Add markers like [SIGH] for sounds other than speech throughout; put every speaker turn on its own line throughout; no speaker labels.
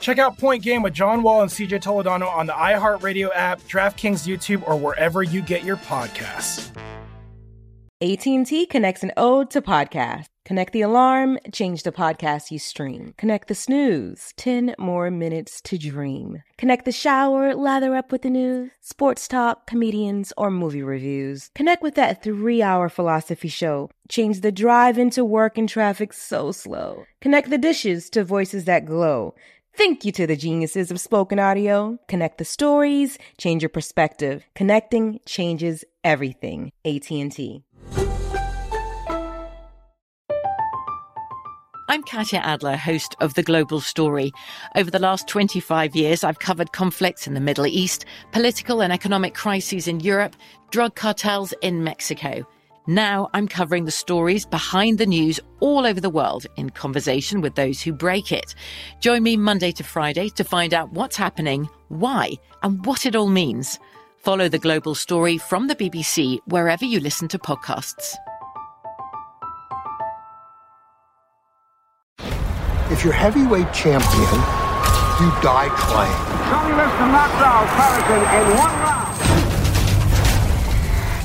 Check out Point Game with John Wall and CJ Toledano on the iHeartRadio app, DraftKings YouTube, or wherever you get your podcasts.
AT&T connects an ode to podcast. Connect the alarm, change the podcast you stream. Connect the snooze, 10 more minutes to dream. Connect the shower, lather up with the news, sports talk, comedians, or movie reviews. Connect with that three-hour philosophy show. Change the drive into work and traffic so slow. Connect the dishes to voices that glow. Thank you to the geniuses of spoken audio. Connect the stories, change your perspective. Connecting changes everything. AT&T.
I'm Katya Adler, host of The Global Story. Over the last 25 years, I've covered conflicts in the Middle East, political and economic crises in Europe, drug cartels in Mexico. Now I'm covering the stories behind the news all over the world in conversation with those who break it. Join me Monday to Friday to find out what's happening, why, and what it all means. Follow The Global Story from the BBC wherever you listen to podcasts.
If you're heavyweight champion, you die trying.
Sonny Liston knocks out Patterson in one round.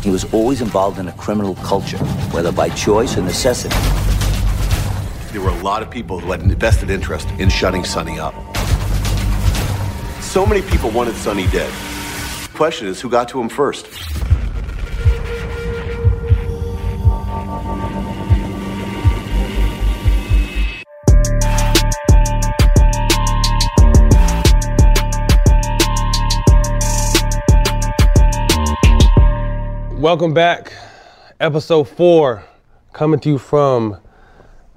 He was always involved in a criminal culture, whether by choice or necessity.
There were a lot of people who had a vested interest in shutting Sonny up. So many people wanted Sonny dead. Question is, who got to him first?
Welcome back. Episode four coming to you from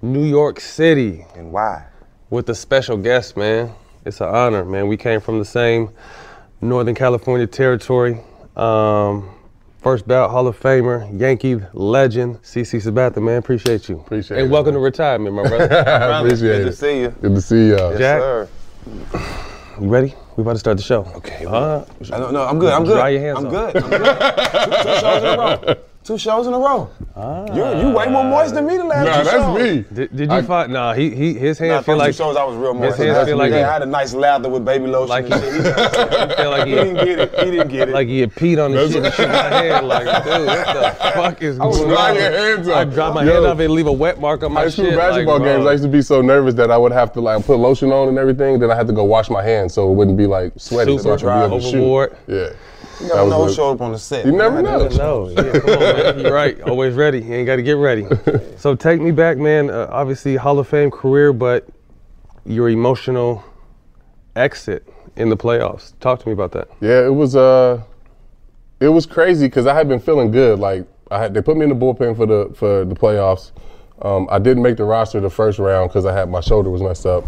New York City
And why?
with a special guest, man. It's an honor, man. We came from the same Northern California territory. Um, first bout Hall of Famer, Yankee legend, CC Sabatha, man. Appreciate you.
Appreciate
and
it,
welcome
man.
to
[LAUGHS]
retirement, my brother.
I appreciate
Good to
it.
see you.
Good to see y'all.
Jack?
Sir.
you ready? We about to start the show.
Okay.
Uh,
I don't know. I'm good. I'm good.
Dry your hands
I'm
off.
good. I'm good.
[LAUGHS]
Two shows in a row. Two shows in a row.
Ah.
you you way more moist than me the last
Nah,
two
that's
shows.
me.
Did, did you find? Nah, he, he his hand
Nah,
feel
first
like
two shows I was real moist.
hands
That's
feel
me.
like-
yeah, I had a nice lather with baby lotion
Like
and shit. He,
[LAUGHS] he feel like
he didn't
he
get it. He didn't get it.
like he had peed on the shit and shook my hand. Like, dude, what the fuck is
was
going on?
drying your hands
I
off.
dropped my
Yo.
hand off and leave a wet mark on my
High school
shit.
basketball
like,
games,
bro.
I used to be so nervous that I would have to like put lotion on and everything. Then I had to go wash my hands so it wouldn't be like sweaty.
Super
so I could be able to shoot.
overboard.
Yeah.
you never know who
was
showed up on the set.
You
man.
never
I didn't
know.
No, yeah, come on, man.
[LAUGHS]
You're right. Always ready. You ain't got to get ready. So take me back, man. Uh, obviously, Hall of Fame career, but your emotional exit in the playoffs. Talk to me about that.
Yeah, it was uh, it was crazy because I had been feeling good. Like I had, they put me in the bullpen for the for the playoffs. Um, I didn't make the roster the first round because I had my shoulder was messed up.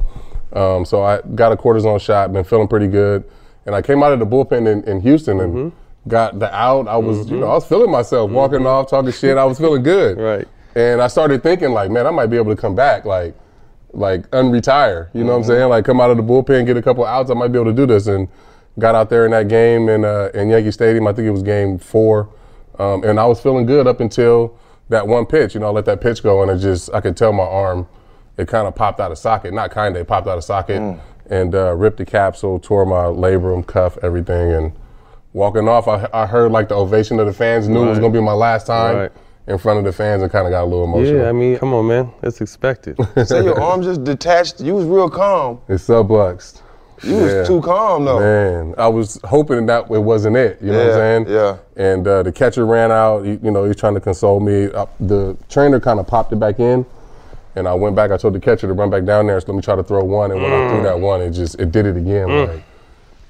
Um, so I got a cortisone shot, been feeling pretty good, and I came out of the bullpen in, in Houston and got the out. I was you know I was feeling myself, walking off, talking shit. I was feeling good.
Right.
And I started thinking like, man, I might be able to come back. Like like unretire. You know what I'm saying? Like come out of the bullpen, get a couple outs. I might be able to do this. And got out there in that game in uh, in Yankee Stadium. I think it was game four, um, and I was feeling good up until that one pitch. You know, I let that pitch go, and it just I could tell my arm it kind of popped out of socket. Not kind of, it popped out of socket
Mm.
and uh, ripped the capsule, tore my labrum, cuff, everything, and. Walking off, I, I heard like the ovation of the fans. Knew it was
Right.
gonna be my last time
Right.
in front of the fans, and kind of got a little emotional.
Yeah, I mean, come on, man. That's
[LAUGHS]
expected.
Say
[LAUGHS]
your arm just detached. You was real calm.
it's subluxed.
You was too calm though.
Man, I was hoping that it wasn't it. You know what I'm saying?
Yeah,
And uh, the catcher ran out. You, you know, he was trying to console me. Uh, the trainer kind of popped it back in, and I went back. I told the catcher to run back down there. So let me try to throw one. And when I
Mm.
threw that one, it just it did it again. Like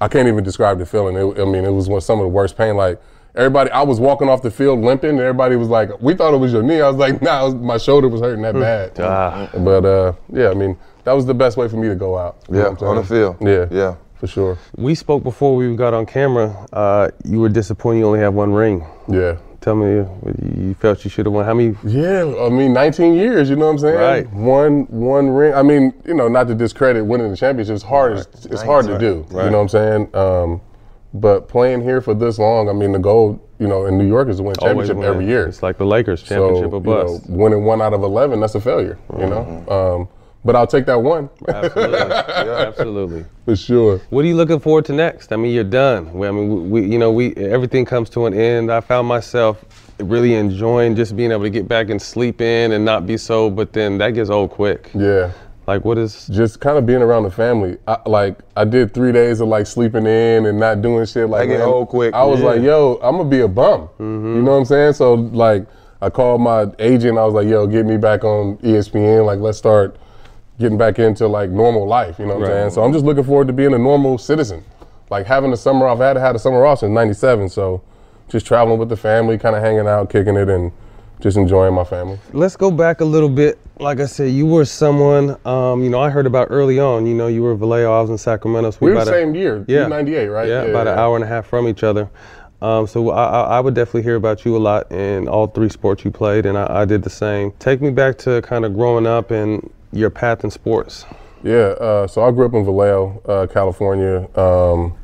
I can't even describe the feeling. It, I mean, it was one, some of the worst pain. Like everybody, I was walking off the field limping, and everybody was like, "We thought it was your knee." I was like, [LAUGHS] "Nah, it was, my shoulder was hurting
Hmm.
that bad."
Ah.
But uh, yeah, I mean, that was the best way for me to go out. You know
Yeah,
what I'm
on the
saying?
field.
Yeah,
Yeah.
for sure.
We spoke before we even got on camera. Uh, you were disappointed you only have one ring.
Yeah.
Tell me, what you felt you should have won. How many?
Yeah, I mean, 19 years. You know what I'm saying?
Right.
One one ring. I mean, you know, not to discredit winning the championship. It's hard. It's, it's hard to do.
Right.
You know what I'm saying? Um, but playing here for this long, I mean, the goal, you know, in New York is to win
Always
championship
win.
every year.
It's like the Lakers championship
so,
or bust.
[LAUGHS]
Mm-hmm.
You know, winning one out of 11, that's a failure. You know. Um, but I'll take that one [LAUGHS]
Absolutely. Yeah, absolutely.
for sure.
What are you looking forward to next? I mean, you're done. We- I mean, we, we- you know, we everything comes to an end. I found myself really enjoying just being able to get back and sleep in and not be so. But then that gets old quick.
Yeah.
Like, what is?
Just kind of being around the family. I, like I did three days of like sleeping in and not doing shit. Like
That get
man,
old quick.
I was
Yeah.
like, yo, I'm gonna be a bum. You know what I'm saying? So like, I called my agent. I was like, yo, get me back on E ESPN. Like, let's start getting back into like normal life. You know what
Right.
I'm saying? So I'm just looking forward to being a normal citizen. Like having the summer off. I had had a summer off since '97. So just traveling with the family, kind of hanging out, kicking it, and just enjoying my family.
Let's go back a little bit. Like I said, you were someone. Um, you know, I heard about early on. You know, you were Vallejo. I was in Sacramento. So
We were
about a-
same year,
Yeah.
'98, right?
Yeah, about an hour and a half from each other. Um, so I, I, I would definitely hear about you a lot in all three sports you played, and I, I did the same. Take me back to kind of growing up and your path in sports.
Yeah, uh, so I grew up in Vallejo, uh, California, um,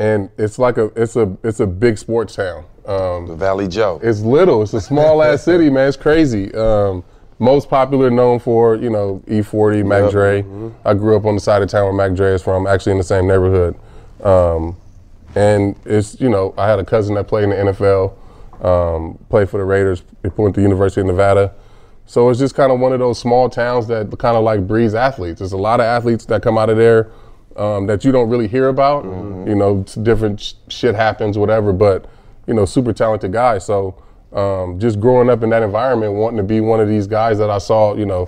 and it's like a it's a it's a big sports town. Um,
Valley Joe.
it's little. It's a small ass city, man. It's crazy. Um, most popular, known for you know E40, Mac
Yep.
Dre. I grew up on the side of town where Mac Dre is from, actually in the same neighborhood. Um, and it's you know I had a cousin that played in the NFL, um, played for the Raiders, he went to University of Nevada. So it's just kind of one of those small towns that kind of like breeds athletes. There's a lot of athletes that come out of there um, that you don't really hear about.
Mm-hmm.
You know, it's different sh- shit happens, whatever. But you know, super talented guy. So um, just growing up in that environment, wanting to be one of these guys that I saw, you know,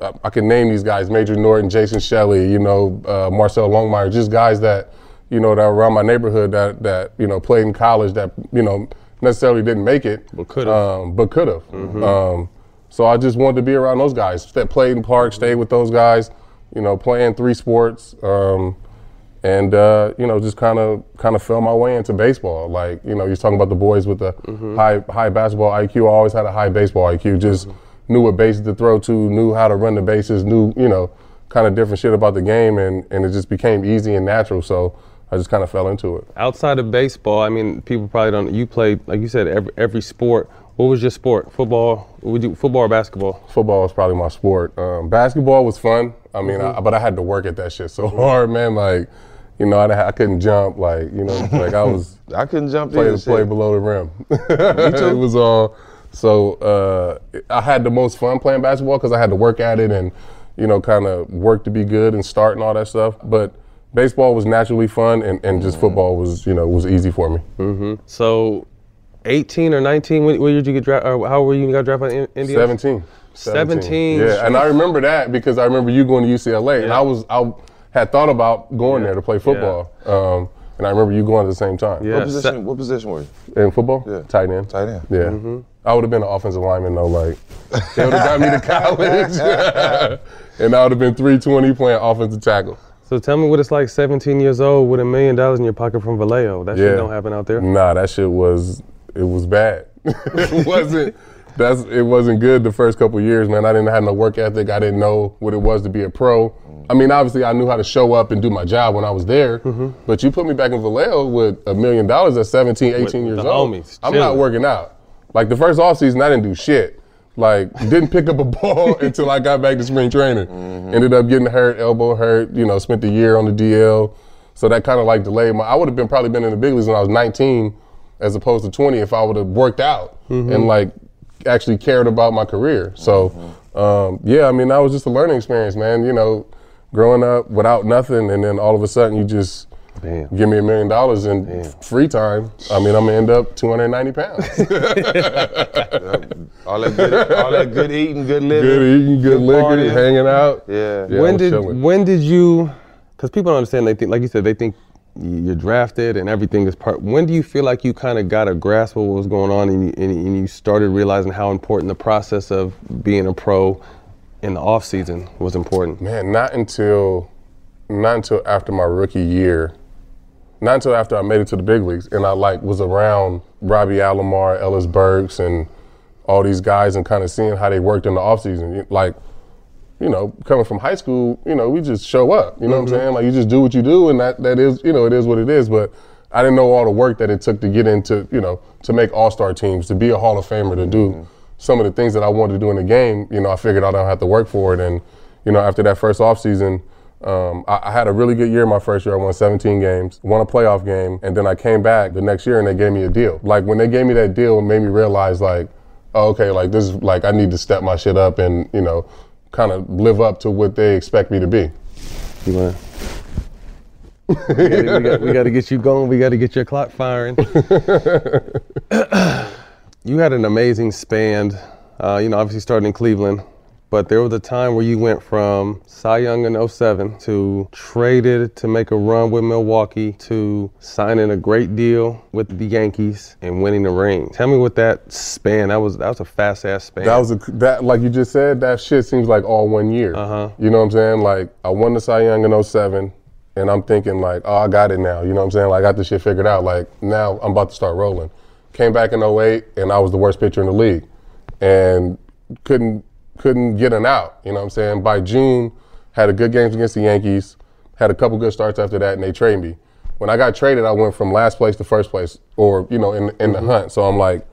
I, I can name these guys: Major Norton, Jason Shelley, you know, uh, Marcel Longmire, just guys that you know that were around my neighborhood that that you know played in college that you know necessarily didn't make it,
But could've. Mm-hmm.
um, but could have. Um, so I just wanted to be around those guys that played in park, stayed with those guys, you know, playing three sports, um, and uh, you know, just kind of kind of fell my way into baseball. Like you know, you're talking about the boys with the high high basketball IQ. I always had a high baseball IQ. Just knew what bases to throw to, knew how to run the bases, knew you know, kind of different shit about the game, and and it just became easy and natural. So I just kind of fell into it.
Outside of baseball, I mean, people probably don't. You played, like you said, every, every sport. What was your sport? Football? Would you football or basketball?
football was probably my sport. Um, basketball was fun. I mean,
Mm-hmm.
I, but I had to work at that shit so [LAUGHS] hard, man. Like, you know, I, I couldn't jump. Like, you know, like I was
[LAUGHS] I couldn't jump
play
in.
play below the rim. [LAUGHS] it was all so uh, I had the most fun playing basketball because I had to work at it and you know kind of work to be good and start and all that stuff. But baseball was naturally fun and, and
Mm-hmm.
just football was you know was easy for me.
So, 18 or 19? When, when did you get drafted? Or how were you got drafted by in, Indiana?
17.
17.
Yeah, and I remember that because I remember you going to UCLA, and
Yeah.
I was I had thought about going there to play football. Um, and I remember you going at the same time.
Yeah.
What position? what position were you?
In football,
Yeah.
tight end.
Tight end.
Yeah.
Mm-hmm.
I would have been an offensive lineman though. Like they would have got me
[LAUGHS]
to college, [LAUGHS] and I would have been 320 playing offensive tackle.
So tell me what it's like 17 years old with a million dollars in your pocket from Vallejo. That
Yeah.
shit don't happen out there.
Nah, that shit was it was bad. [LAUGHS] it wasn't that's it wasn't good the first couple years, man. I didn't have no work ethic. I didn't know what it was to be a pro. I mean, obviously I knew how to show up and do my job when I was there.
Mm-hmm.
But you put me back in Vallejo with a million dollars at 17, 18
With
years
the
old.
homies,
I'm not
chilling.
working out. Like the first offseason, I didn't do shit. Like didn't pick up a [LAUGHS] ball until I got back to spring training. Ended up getting hurt, elbow hurt. You know, spent the year on the DL. So that kind of like delayed my. I would have been probably been in the big leagues when I was 19, as opposed to 20 if I would have worked out and like actually cared about my career. So um, yeah, I mean that was just a learning experience, man. You know, growing up without nothing, and then all of a sudden you just
Damn.
give me a million dollars in f- free time. I mean I'm gonna end up 290
[LAUGHS]
pounds.
All that good, all that good eating, good living.
good eating, good liquor,
partying.
hanging out.
Yeah.
Yeah, I
when
was
did
chilling.
when did you? Because people don't understand. They think, like you said, they think you're drafted and everything is part. When do you feel like you kind of got a grasp of what was going on and you, and, and you started realizing how important the process of being a pro in the off season was important?
Man, not until not until after my rookie year, not until after I made it to the big leagues, and I like was around Robbie Alomar, Ellis Burks, and all these guys, and kind of seeing how they worked in the offseason. Like, you know, coming from high school, you know, we just show up. You know what I'm saying? Like, you just do what you do, and that that is, you know, it is what it is. But I didn't know all the work that it took to get into, you know, to make All Star teams, to be a Hall of Famer, to do some of the things that I wanted to do in the game. You know, I figured I don't have to work for it, and you know, after that first offseason, um, I, I had a really good year my first year. I won 17 games, won a playoff game, and then I came back the next year and they gave me a deal. Like when they gave me that deal, it made me realize like, oh, okay, like this is like I need to step my shit up and you know, kind of live up to what they expect me to be.
You want we, gotta, we gotta- we gotta get you going. We got to get your clock firing. you had an amazing span. Uh, you know, obviously starting in Cleveland, but there was a time where you went from Cy Young in 07 to traded to make a run with Milwaukee to signing a great deal with the Yankees and winning the ring. Tell me what that span. That was that was a fast ass span.
That was a, that like you just said. That shit seems like all one year. Uh-huh. You know what I'm saying? Like I won the Cy Young in 07, and I'm thinking like, oh, I got it now. You know what I'm saying? Like I got this shit figured out. Like now I'm about to start rolling. Came back in 08, and I was the worst pitcher in the league, and couldn't couldn't get an out. You know what I'm saying? By June, had a good games against the Yankees. Had a couple good starts after that, and they traded me. When I got traded, I went from last place to first place, or you know, in in the hunt. So I'm like,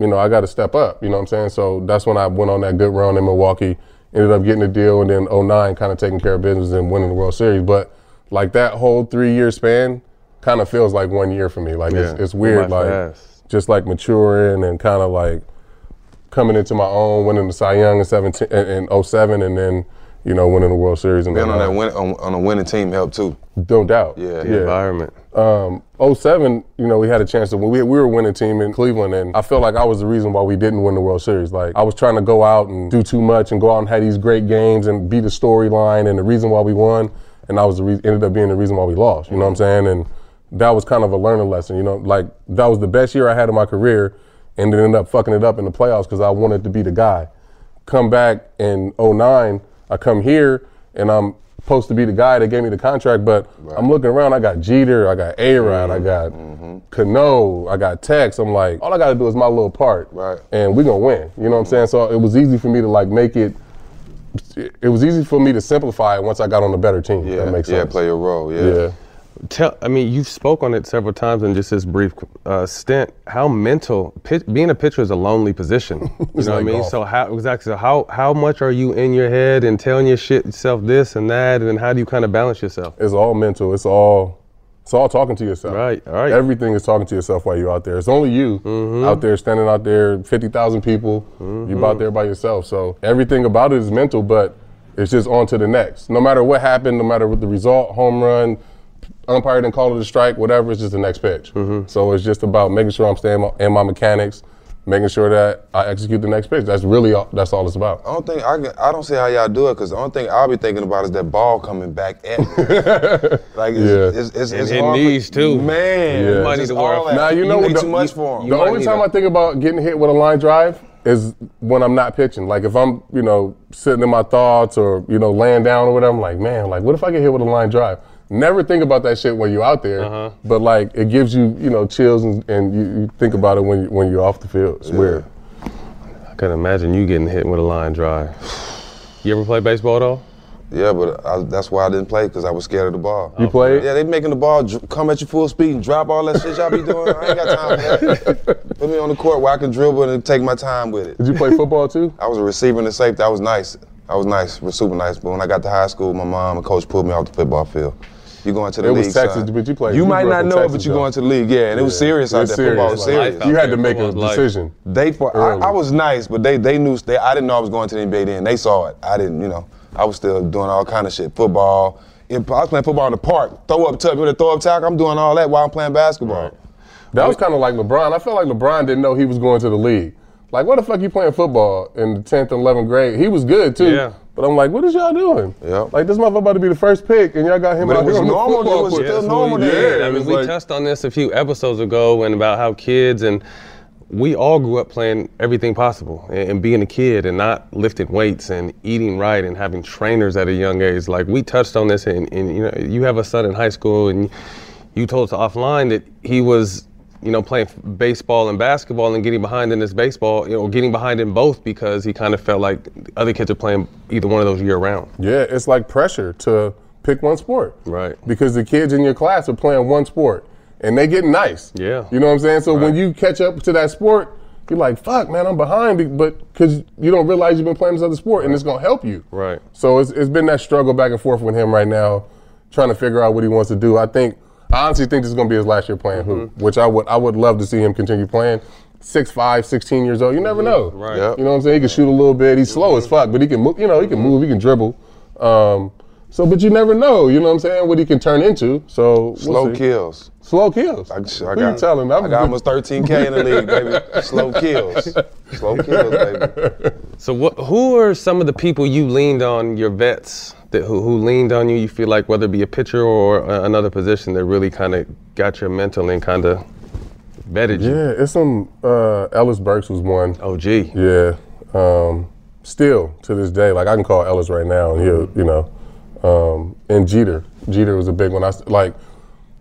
you know, I got to step up. You know what I'm saying? So that's when I went on that good run in Milwaukee. Ended up getting a deal, and then 09 kind of taking care of business and winning the World Series. But like that whole three year span kind of feels like one year for me. Like it's,
Yeah.
it's weird,
Oh, my
like
fast.
just like maturing and kind of like coming into my own, winning the Cy Young in 17 in, in 07, and then you know winning the World Series. in
Being on
09.
that win, on, on a winning team helped too.
No doubt.
Yeah.
the environment.
Um, 07, you know, we had a chance to win. We, we were a winning team in Cleveland, and I felt like I was the reason why we didn't win the World Series. Like, I was trying to go out and do too much and go out and have these great games and be the storyline and the reason why we won. And I was the re- ended up being the reason why we lost. You know what I'm saying? And that was kind of a learning lesson. You know, like, that was the best year I had in my career and then ended up fucking it up in the playoffs because I wanted to be the guy come back in 09, I come here and I'm supposed to be the guy that gave me the contract, but I'm looking around, I got Jeter, I got A-Rod,
Mm-hmm.
I got Cano, I got Tex. I'm like, all I gotta do is my little part.
Right. Mm-hmm.
And we're gonna win. You know what I'm saying? So it was easy for me to like make it it was easy for me to simplify it once I got on a better team. if
Yeah,
that makes
yeah,
sense.
play a role. Yeah.
yeah.
tell i mean you've spoke on it several times in just this brief uh, stint how mental pit, being a pitcher is a lonely [LAUGHS] position you know what i
like
mean
golf.
so how exactly so how how much are you in your head and telling your shit yourself this and that and how do you kind of balance yourself
It's all mental. It's all it's all talking to yourself.
Right, all right. Mm-hmm.
Everything is talking to yourself while you're out there. It's only you out there standing out there, fifty thousand people. You're out there by yourself. So everything about it is mental, but it's just on to the next. No matter what happened, no matter what the result, home run, umpire didn't call it a strike, whatever. It's just the next pitch.
Mm-hmm.
So it's just about making sure I'm staying my- in my mechanics, making sure that I execute the next pitch. That's really all, that's all it's about.
I don't think I, can- I don't see how y'all do it because the only thing I'll be thinking about is that ball coming back
[LAUGHS]
at me. like it's
Yeah.
it's, it's, it's
hitting
hard for-
these, too.
Man,
Yeah.
it's
Might need
just
to wear a
all that.
Now you know
you
the-
too much for him.
The
might
only
need
time
a-
I think about getting hit with a line drive is when I'm not pitching. Like if I'm, you know, sitting in my thoughts or you know laying down or whatever. I'm like, man, like what if I get hit with a line drive? Never think about that shit when you're out there.
Uh-huh.
But like it gives you, you know, chills and, and you, you think about it when you, when you're off the field. It's weird.
i can imagine you getting hit with a line drive you ever play baseball at all
Yeah, but I, that's why I didn't play because I was scared of the ball.
You play it?
Yeah, they making the ball dr- come at you full speed and drop all that shit y'all be doing. I ain't got time
[LAUGHS]
for that. Put me on the court where I can dribble and take my time with it.
Did you play football
[LAUGHS]
too?
I was a receiver and a safety. I was nice. I was nice, was super nice. But when I got to high school, my mom and coach pulled me off the football field. You going to the
It
league?
was Texas,
son.
but you played-
You
you
might
grew up in
not know it, but
Texas,
you
though.
going to the league? Yeah, and it was serious out
It's
there. Football was
like,
serious.
Life out
You had to
there.
make a
Football's life.
decision.
They for
Early.
I, I was nice, but they they knew they I didn't know I was going to the NBA then. They saw it. I didn't, you know. I was still doing all kind of shit. Football. In, I was playing football in the park. Throw up tuck, you want to throw up tackle. I'm doing all that while I'm playing basketball.
That was kind of like LeBron. I felt like LeBron didn't know he was going to the league. Like, what the fuck you playing football in the 10th and 11th grade? He was good, too.
Yeah.
But I'm like, what is y'all doing?
Yeah.
Like, this motherfucker about to be the first pick, and y'all got him
But
out
it was
here on the
normal. It
football
was
court.
still normal
Yeah,
then.
it
I mean,
was
we
like-
touched on this a few episodes ago and about how kids and we all grew up playing everything possible and, and being a kid and not lifting weights and eating right and having trainers at a young age. Like we touched on this, and, and you know, you have a son in high school, and you told us offline that he was, you know, playing baseball and basketball and getting behind in this baseball, you know, getting behind in both because he kind of felt like other kids are playing either one of those year round.
Yeah, it's like pressure to pick one sport.
Right.
Because the kids in your class are playing one sport and they getting nice.
Yeah.
You know what I'm saying? So when you catch up to that sport, you're like, fuck, man, I'm behind. be- But because you don't realize you've been playing this other sport and it's going to help you.
Right.
So it's, it's been that struggle back and forth with him right now, trying to figure out what he wants to do. I think, I honestly think this is going to be his last year playing
Mm-hmm.
hoop, which I would, I would love to see him continue playing. Six five, 16 years old, you never know.
Mm-hmm. Right. Yep.
You know what I'm saying? He can shoot a little bit. He's slow as fuck, but he can move. You know, he can move. He can dribble. Um, so, but you never know. You know what I'm saying? What he can turn into. So we'll
Slow
see.
kills.
Slow kills.
I, I
Who
got,
you telling? I'm
I got almost 13K in the league, baby. Slow kills. Slow kills, baby.
So, what, who are some of the people you leaned on, your vets, that who, who leaned on you? You feel like whether it be a pitcher or a, another position that really kind of got your mental and kind of vetted you.
[LAUGHS] Yeah, it's some uh, Ellis Burks was one.
Oh, gee.
Yeah. Um, still to this day, like I can call Ellis right now and he'll, you know, um, and Jeter. Jeter was a big one. I s- like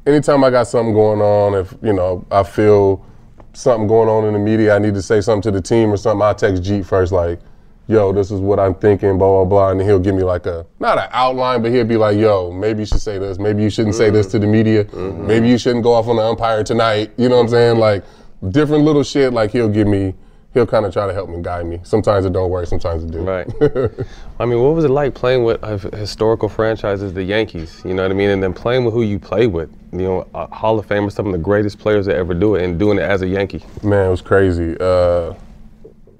anytime I got something going on, if you know, I feel something going on in the media, I need to say something to the team or something. I text Jeet first, like, "Yo, this is what I'm thinking," blah blah blah, and he'll give me like a not an outline, but he'll be like, "Yo, maybe you should say this. Maybe you shouldn't say this to the media. Maybe you shouldn't go off on the umpire tonight." You know what I'm saying? Like different little shit. Like he'll give me. He'll kind of try to help me, guide me. Sometimes it don't work, sometimes it do.
Right.
[LAUGHS]
I mean, what was it like playing with uh, historical franchises, the Yankees? You know what I mean? And then playing with who you play with. You know, a Hall of Famer, some of the greatest players that ever do it, and doing it as a Yankee.
Man, it was crazy. Uh,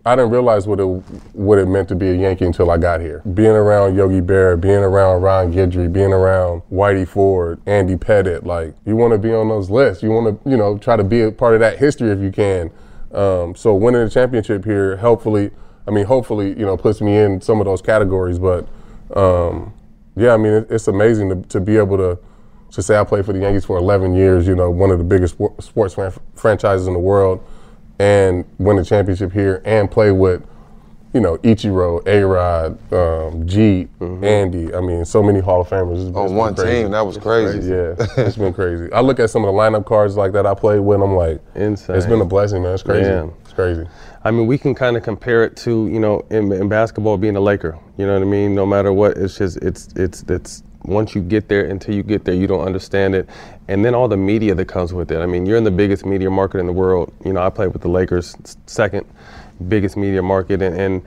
I didn't realize what it what it meant to be a Yankee until I got here. Being around Yogi Berra, being around Ron Guidry, being around Whitey Ford, Andy Pettit, like you want to be on those lists. You want to, you know, try to be a part of that history if you can. Um, so winning a championship here, hopefully, I mean, hopefully, you know, puts me in some of those categories. But um, yeah, I mean, it, it's amazing to, to be able to to say I played for the Yankees for 11 years. You know, one of the biggest spor- sports fran- franchises in the world, and win the championship here, and play with, you know, Ichiro, A Rod, um, G, Andy. I mean, so many Hall of Famers. It's been- it's
Mm-hmm. On
been
one
crazy.
team, that was crazy.
Yeah, it's been crazy. I look at some of the lineup cards like that I played with. I'm like,
Insane.
It's been a blessing, man. It's crazy.
Yeah.
It's crazy.
I mean, we can kind of compare it to you know in, in basketball being a Laker. You know what I mean? No matter what, it's just it's it's it's once you get there until you get there, you don't understand it, and then all the media that comes with it. I mean, you're in the biggest media market in the world. You know, I played with the Lakers, s- second biggest media market, and, and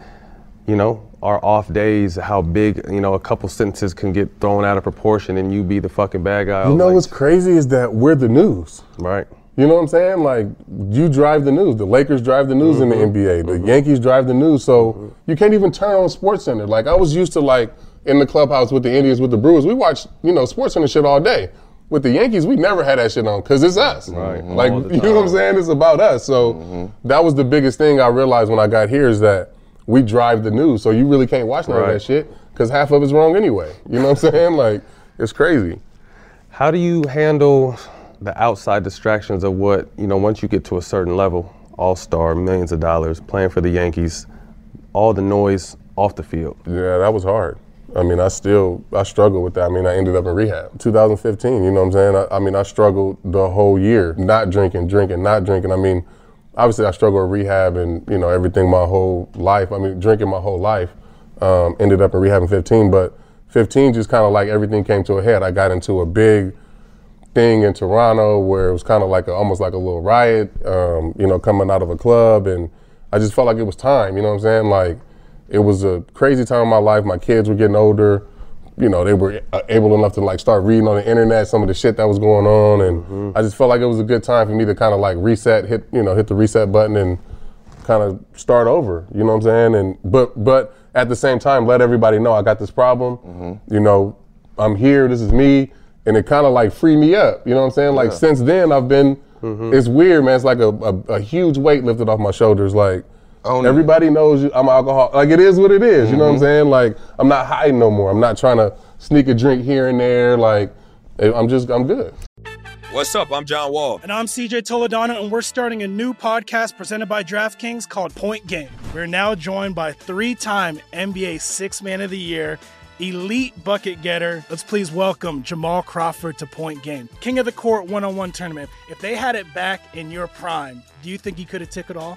you know our off days, how big you know a couple sentences can get thrown out of proportion, and you be the fucking bad guy. I
You
was
know
like,
what's crazy is that we're the news.
right?
You know what I'm saying? Like you drive the news. The Lakers drive the news
Mm-hmm.
in the NBA. The Yankees drive the news. So you can't even turn on Sports Center. Like I was used to like in the clubhouse with the Indians, with the Brewers, we watched you know Sports Center shit all day. With the Yankees, we never had that shit on because it's us.
Right. Mhm.
Like
All
[LAUGHS]
the
you know what I'm
time. Mm-hmm.
saying? It's about us. So that was the biggest thing I realized when I got here is that we drive the news. So you really can't watch none of
Right.
that shit because half of it's wrong anyway. You know what I'm [LAUGHS] saying? Like it's crazy.
How do you handle the outside distractions of what, you know, once you get to a certain level, all star, millions of dollars, playing for the Yankees, all the noise off the field?
Yeah, that was hard. I mean, I still I struggle with that. I mean, I ended up in rehab. 2015. You know what I'm saying? I, I mean, I struggled the whole year, not drinking, drinking, not drinking. I mean, obviously, I struggled with rehab and you know everything my whole life. I mean, drinking my whole life. Um, ended up in rehab in 15, but 15 just kind of like everything came to a head. I got into a big thing in Toronto where it was kind of like a, almost like a little riot, um, you know, coming out of a club, and I just felt like it was time. You know what I'm saying? Like it was a crazy time in my life. My kids were getting older. You know, they were uh, able enough to like start reading on the internet some of the shit that was going on, and I just felt like it was a good time for me to kind of like reset, hit you know, hit the reset button, and kind of start over. You know what I'm saying? And but but at the same time, let everybody know I got this problem.
Mm-hmm.
You know, I'm here. This is me, and it kind of like free me up. You know what I'm saying? Like since then, I've been.
Mm-hmm.
It's weird, man. It's like a, a, a huge weight lifted off my shoulders. Like
Own it.
everybody knows you, I'm alcohol. Like it is what it is, You know what
Mm-hmm.
I'm saying? Like I'm not hiding no more. I'm not trying to sneak a drink here and there. Like I'm just I'm good.
What's up? I'm John Wall.
And I'm CJ Toledano, and we're starting a new podcast presented by DraftKings called Point Game. We're now joined by three time NBA Six Man of the Year, elite bucket getter. Let's please welcome Jamal Crawford to Point Game, King of the Court one on one tournament. If they had it back in your prime, do you think he could have took it all?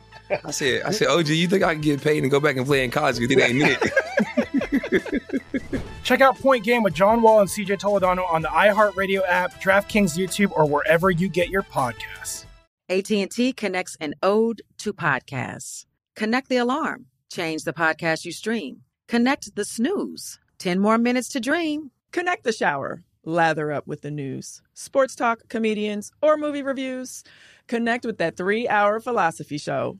I said, I said, OG, you think I can get paid and go back and play in college because
[LAUGHS]
it ain't it?
Check out Point Game with John Wall and CJ Toledano on the iHeartRadio app, DraftKings YouTube, or wherever you get your podcasts.
AT&T connects an ode to podcasts. Connect the alarm, change the podcast you stream. Connect the snooze, 10 more minutes to dream.
Connect the shower. Lather up with the news, sports talk, comedians, or movie reviews. Connect with that three hour philosophy show.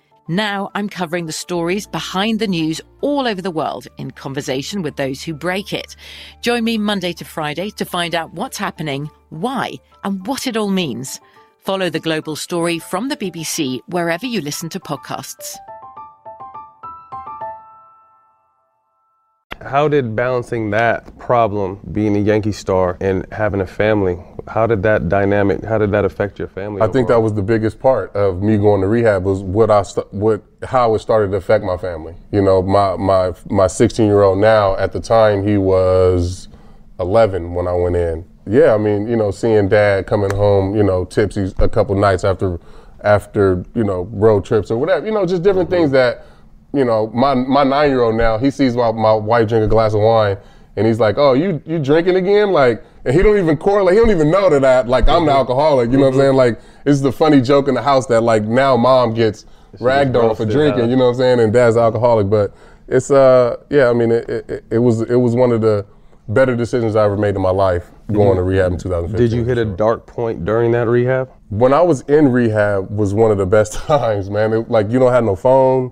Now I'm covering the stories behind the news all over the world in conversation with those who break it. Join me Monday to Friday to find out what's happening, why, and what it all means. Follow the global story from the BBC wherever you listen to podcasts.
How did balancing that problem, being a Yankee star and having a family, how did that dynamic, how did that affect your family?
I think that was the biggest part of me going to rehab was what I st- what how it started to affect my family. You know, my my my 16 year old now at the time he was 11 when I went in. Yeah, I mean, you know, seeing dad coming home, you know, tipsy a couple nights after after you know road trips or whatever. You know, just different things that you know my my nine year old now he sees my, my wife drink a glass of wine and he's like, oh, you you drinking again? Like, and he don't even correlate. He don't even know that I, like I'm the alcoholic. You know what I'm saying? Like, it's the funny joke in the house that like now mom gets ragged on for
roasted, huh?
drinking. You know what I'm saying? And dad's alcoholic, but it's uh yeah. I mean, it, it, it was it was one of the better decisions I ever made in my life going to rehab in 2015.
Did you hit a dark point during that rehab?
When I was in rehab was one of the best [LAUGHS] times, man. It, like you don't have no phone,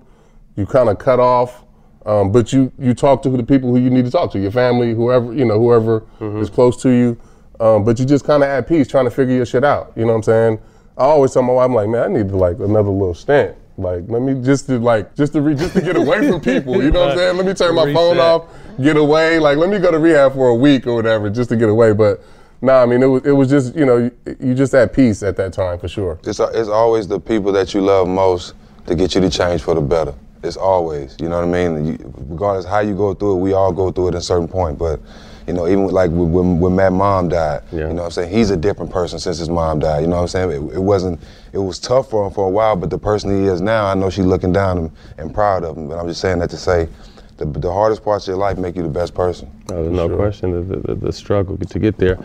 you kind of cut off, um, but you you talk to the people who you need to talk to, your family, whoever you know, whoever is close to you. Um, but you just kind of at peace, trying to figure your shit out. You know what I'm saying? I always tell my wife, I'm like, man, I need to like another little stint. Like, let me just to like just to re- just to get away from people. You know what I'm saying? Let me turn my phone
Reset.
off, get away. Like, let me go to rehab for a week or whatever, just to get away. But nah, I mean, it was it was just you know you, you just at peace at that time for sure.
It's, it's always the people that you love most to get you to change for the better. It's always, you know what I mean? You, regardless how you go through it, we all go through it at a certain point. But, you know, even with, like when- when, when Matt mom died, you know what I'm saying? He's a different person since his mom died, you know what I'm saying? It, it wasn't, it was tough for him for a while, but the person he is now, I know she's looking down him and proud of him. But I'm just saying that to say, the, the hardest parts of your life make you the best person.
Oh, there's no question the, the, the, the struggle to get there.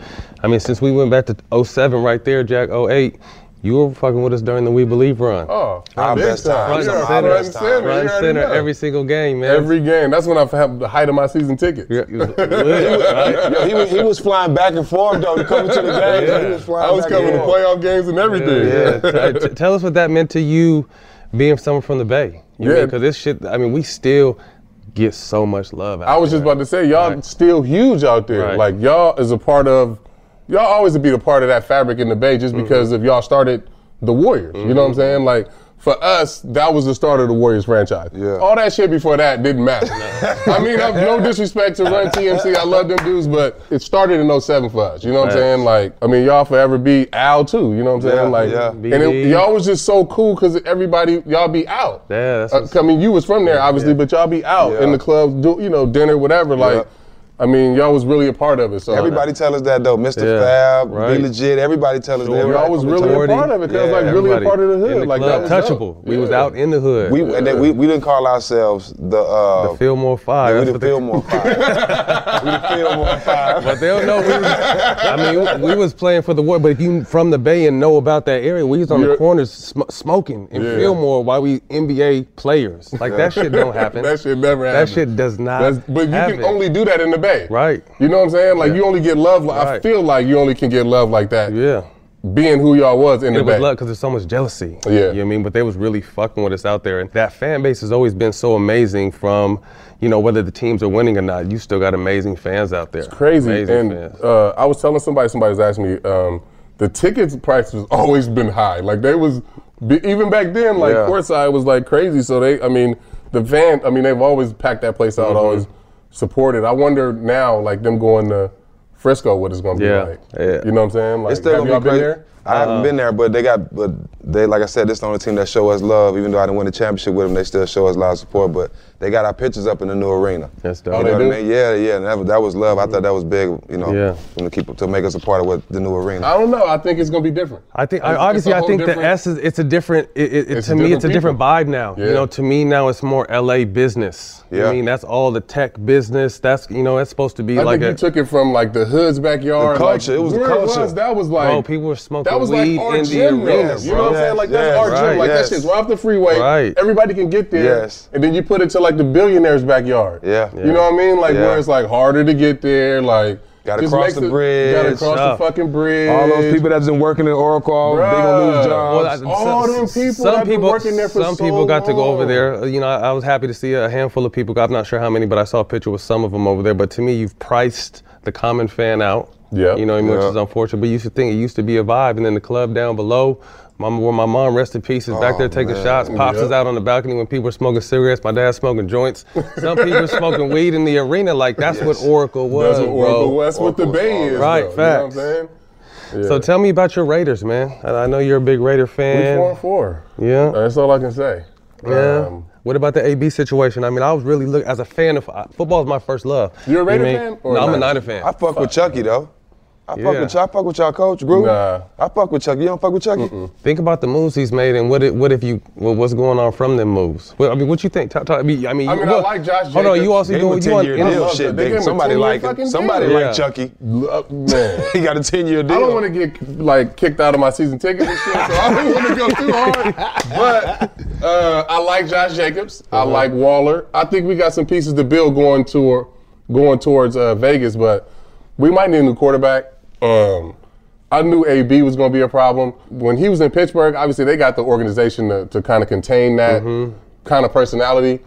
I mean, since we went back to 07 right there, Jack 08, you were fucking with us during the We Believe run.
Oh,
Our
big
best time.
Yeah,
Front
front
center.
and center.
Front
[LAUGHS]
You already
center
know.
every single game, man. [LAUGHS]
Every game. That's when I had the height of my season tickets.
Yo, he, was, he was flying back and forth, though, coming to the games.
Yeah.
He was flying
I was
back
coming
and
to
forth.
playoff games and everything. [LAUGHS]
Yeah, yeah. T- t- tell us what that meant to you, being someone from the Bay. You
Yeah.
because this shit. I mean, we still get so much love. Out
I was just about to say, y'all all still huge out there.
Right.
Like y'all is a part of, y'all always be a part of that fabric in the Bay
Mm-hmm.
just because of y'all started the Warriors. You know what I'm saying? Like for us, that was the start of the Warriors franchise. Yeah. All that shit before that didn't matter. [LAUGHS] I mean, I'm, no disrespect to Run TMC, I love them dudes, but it started in 07 for us. You know what I'm
Facts.
saying? Like, I mean, y'all forever be Al too. You know what I'm saying?
Yeah,
like,
yeah.
and it,
BD.
y'all was just so cool because everybody, y'all be out.
Yeah, that's
Uh, I mean, you was from there, obviously, but y'all be out in the club, do you know dinner, whatever. Like, I mean, y'all was really a part of it. So
Everybody tell us that though, Mr. Fab,
right.
be legit. Everybody tell us
Sure.
that.
Y'all was really a part of it. That was, like, really a part of the hood.
in the
Like,
club,
that was dope.
touchable. We was out in the hood.
We and then we, we didn't call ourselves the uh, the
Fillmore Five.
we the Fillmore Five.
But they'll know. We was, I mean, we was playing for the war. But if you from the Bay and know about that area, we was on
Yeah.
the corners sm- smoking in
Yeah.
Fillmore while we NBA players. Like that shit [LAUGHS] don't
[LAUGHS]
happen.
that shit never
That
happens.
shit does not.
but you
happen.
can only do that in the Bay.
Right.
You know what I'm saying? Like
Yeah.
you only get love. I
Right.
feel like you only can get love like that.
Yeah.
Being who y'all was in
it
the
was
Bay.
luck because there's so much jealousy.
Yeah.
You know what I mean? But they was really fucking with us out there. And that fan base has always been so amazing from, you know, whether the teams are winning or not, you still got amazing fans out there. It's
crazy.
Amazing fans.
and uh, I was telling somebody, somebody was asking me, um, the tickets price has [LAUGHS] always been high. Like they was be- even back then, like
Yeah.
courtside was like crazy. So they, I mean, the van, I mean, they've always packed that place out,
Mhm.
always supported. I wonder now, like them going to Frisco, what it's going to
Yeah.
be like. You know what I'm saying? Like,
it's still
have
gonna
y'all
be
been
crazy.
there? Uh,
I haven't been there, but they got, but they, like I said, this the only team that show us love. Even though I didn't win the championship with them, they still show us a lot of support. But they got our pictures up in the new arena.
That's
Oh,
You
dope.
know what I mean? Yeah, yeah. And that, was- that was love. I thought that was big. You know, yeah. to keep to make us a part of what the new arena.
I don't know. I think it's going to be different.
I think I,
It's- it's a
obviously I
whole
think the
different-
S is it's a different it, it, it-
It's
to
a
me
different
it's a different
people.
vibe now.
Yeah.
You know, to me now it's more LA business. You know what I
Yeah.
mean that's all the tech business. That's you know that's supposed to be
I
like
think
a
you took it from like the hood's backyard.
The culture,
like,
it was the
where
culture.
was, that was like
Bro, people were smoking
That was
weed
like our
in the
gym, though.
arena,
You know what I'm
bro.
saying? Like that's
Yes,
our gym.
right,
Like
yes.
that shit's right off the freeway.
Right.
Everybody can get there.
Yes.
And then you put it to like the billionaire's backyard.
Yeah.
You know what I mean? Like
Yeah.
where it's like harder to get there. Like
Gotta
just
cross
makes
the
it-
bridge.
Gotta cross the fucking bridge.
All those people that's been working in Oracle, they gonna lose jobs.
Well, I-
All them people that been working there for
some
so
people got to go over
long.
there. Uh, You know, I, I was happy to see a handful of people. go. I'm not sure how many, but I saw a picture with some of them over there. But to me, you've priced the common fan out.
Yeah.
You know, what I mean,
Yeah.
which is unfortunate. But you should think it used to be a vibe, and then the club down below. My, where my mom, rest in peace, is back
Oh,
there taking
man.
shots. Pops is
Yeah.
out on the balcony when people are smoking cigarettes. My dad's smoking joints. Some
[LAUGHS]
people are smoking weed in the arena. Like that's what Oracle was.
That's what Oracle
bro.
That's what the Bay is.
Right,
though. You know what I'm
facts.
saying?
So tell me about your Raiders, man. I I know you're a big Raider
We
fan.
four and four.
Yeah.
That's all I can say.
Yeah.
Um,
what about the AB situation? I mean, I was really look as a fan of I- football is my first love.
You're a
You know
Raider
what I mean?
fan? Or
no, I'm a
Niners?
Niner fan.
I fuck with Chucky though. I fuck
Yeah.
with y'all. I fuck with y'all, coach. Groove.
Nah.
I fuck with Chucky. You don't fuck with Chucky.
Think about the moves he's made and what it, what if you well, what's going on from them moves. Well, I mean, what you think? Talk, talk, I mean, I mean,
I
you-
mean, I
well,
like Josh
Hold on,
Jacobs.
you also
Gave
you
him a
you on
10-year deal,
in- I love
shit,
that.
They gave
They gave
him
him
a
Somebody
10-year
like him.
fucking
Somebody
deal.
like
Yeah.
Chucky. [LAUGHS]
Uh, man.
he got a ten year deal.
I don't want to get like kicked out of my season ticket and shit, so I don't want to go too hard. But uh, I like Josh Jacobs. I
Uh-huh.
like Waller. I think we got some pieces to build going toward going towards uh, Vegas, but we might need a new quarterback. Um, I knew AB was going to be a problem when he was in Pittsburgh. Obviously, they got the organization to, to kind of contain that
Mm-hmm.
kind of personality.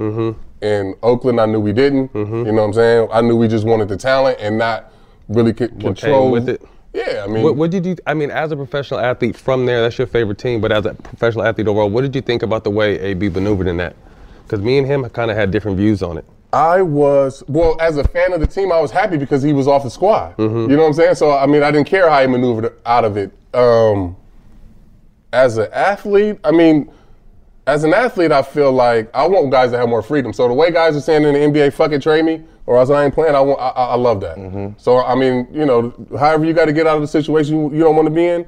In Oakland, I knew we didn't.
Mm-hmm.
You know what I'm saying? I knew we just wanted the talent and not really c-
came
control
with it.
Yeah, I mean,
what, what did you? I mean, as a professional athlete from there, that's your favorite team. But as a professional athlete overall, what did you think about the way AB maneuvered in that? Because me and him kind of had different views on it.
I was well as a fan of the team. I was happy because he was off the squad.
Mm-hmm.
You know what I'm saying? So I mean, I didn't care how he maneuvered out of it. Um, as an athlete, I mean, as an athlete, I feel like I want guys to have more freedom. So the way guys are saying in the NBA, "Fuck it, trade me," or else I ain't playing. I want, I, I I love that. So I mean, you know, however you got to get out of the situation you, you don't want to be in,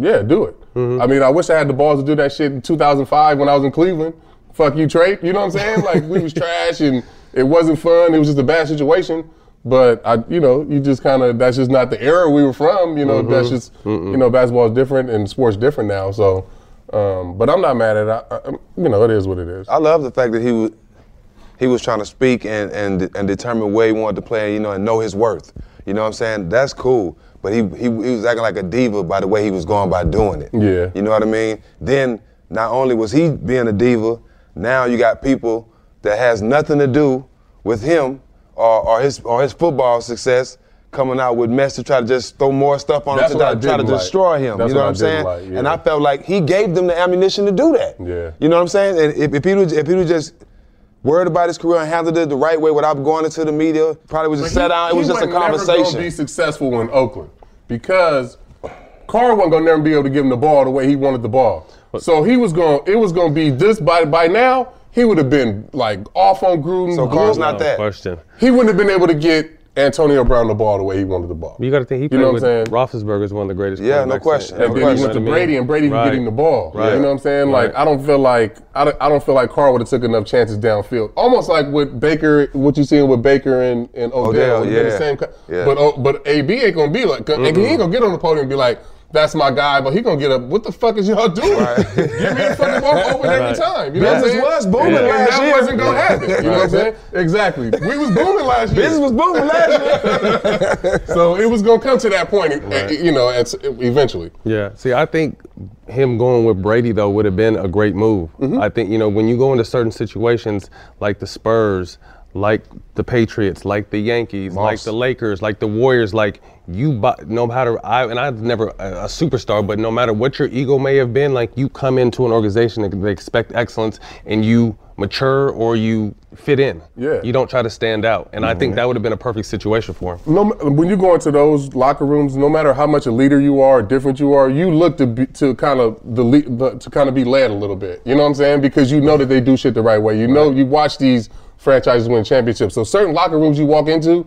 yeah, do it. I mean, I wish I had the balls to do that shit in 2005 when I was in Cleveland. Fuck you, Trey. You know what I'm saying? Like we was trash and it wasn't fun. It was just a bad situation. But I, you know, you just kind of that's just not the era we were from. You know,
Mhm.
that's just you know, basketball is different and sports different now. So, um, but I'm not mad at it. I, I, you know, it is what it is.
I love the fact that he was he was trying to speak and and and determine where he wanted to play, you know, and know his worth. You know what I'm saying? That's cool. But he he, he was acting like a diva by the way he was going by doing it.
Yeah.
You know what I mean? Then not only was he being a diva, now you got people that has nothing to do with him or, or his or his football success coming out with mess to try to just throw more stuff on
That's
him to
what
try,
I
try to
didn't like.
destroy him.
That's
you know
what
what
I
I'm saying?
didn't like, yeah.
And I felt like he gave them the ammunition to do that.
Yeah.
You know what I'm saying? And if, if he was if he was just worried about his career and handled it the right way without going into the media, probably was just
But
sat down. uh, It was just a
wasn't never gonna be
conversation.
successful in Oakland because Carr wasn't gonna never be able to give him the ball the way he wanted the ball. So he was going. to It was gonna be this by by now. He would have been like off on Gruden.
So Carr's not that.
Question.
He wouldn't have been able to get Antonio Brown the ball the way he wanted the ball.
You got to think he
You
played
know
with
what I'm
Roethlisberger is one of the greatest.
Yeah, no
quarterbacks in-
question.
ever,
And then he
you
went
know
to
what I
Brady,
mean?
and Brady could get him the ball.
Right.
You know what I'm saying? Like
Right.
I don't feel like I don't, I don't feel like Carr would have took enough chances downfield. Almost like with Baker, what you seeing with Baker and, and Odell.
Odell,
They're
yeah.
The same, co-
Yeah.
But oh, but AB ain't gonna be like and he ain't gonna get on the podium and be like. That's my guy, but he gonna get up. What the fuck is y'all doing? [LAUGHS] Give me the fucking ball open every
[LAUGHS] Right.
time. You know what I'm
Business
saying?
was booming
And
last
that
year.
wasn't gonna happen. You know what I'm
Right.
saying? Exactly. We was booming last year.
Business was booming last year.
so it was gonna come to that point, uh,
Right.
you know, at, eventually.
Yeah. See, I think him going with Brady though would have been a great move.
Mm-hmm.
I think you know when you go into certain situations like the Spurs, like the Patriots, like the Yankees, like
Moss.
the Lakers, like the Warriors, like you bu- no matter I and I've never a, a superstar, but no matter what your ego may have been, like you come into an organization and they expect excellence and you mature or you fit in.
Yeah. Mm-hmm.
You don't try to stand out, and I think that would have been a perfect situation for him.
No, ma- when you go into those locker rooms, no matter how much a leader you are, different you are, you look to be, to kind of the, le- the to kind of be led a little bit. You know what I'm saying? Because you know that they do shit the right way. You know, you watch these franchises win championships. So certain locker rooms you walk into.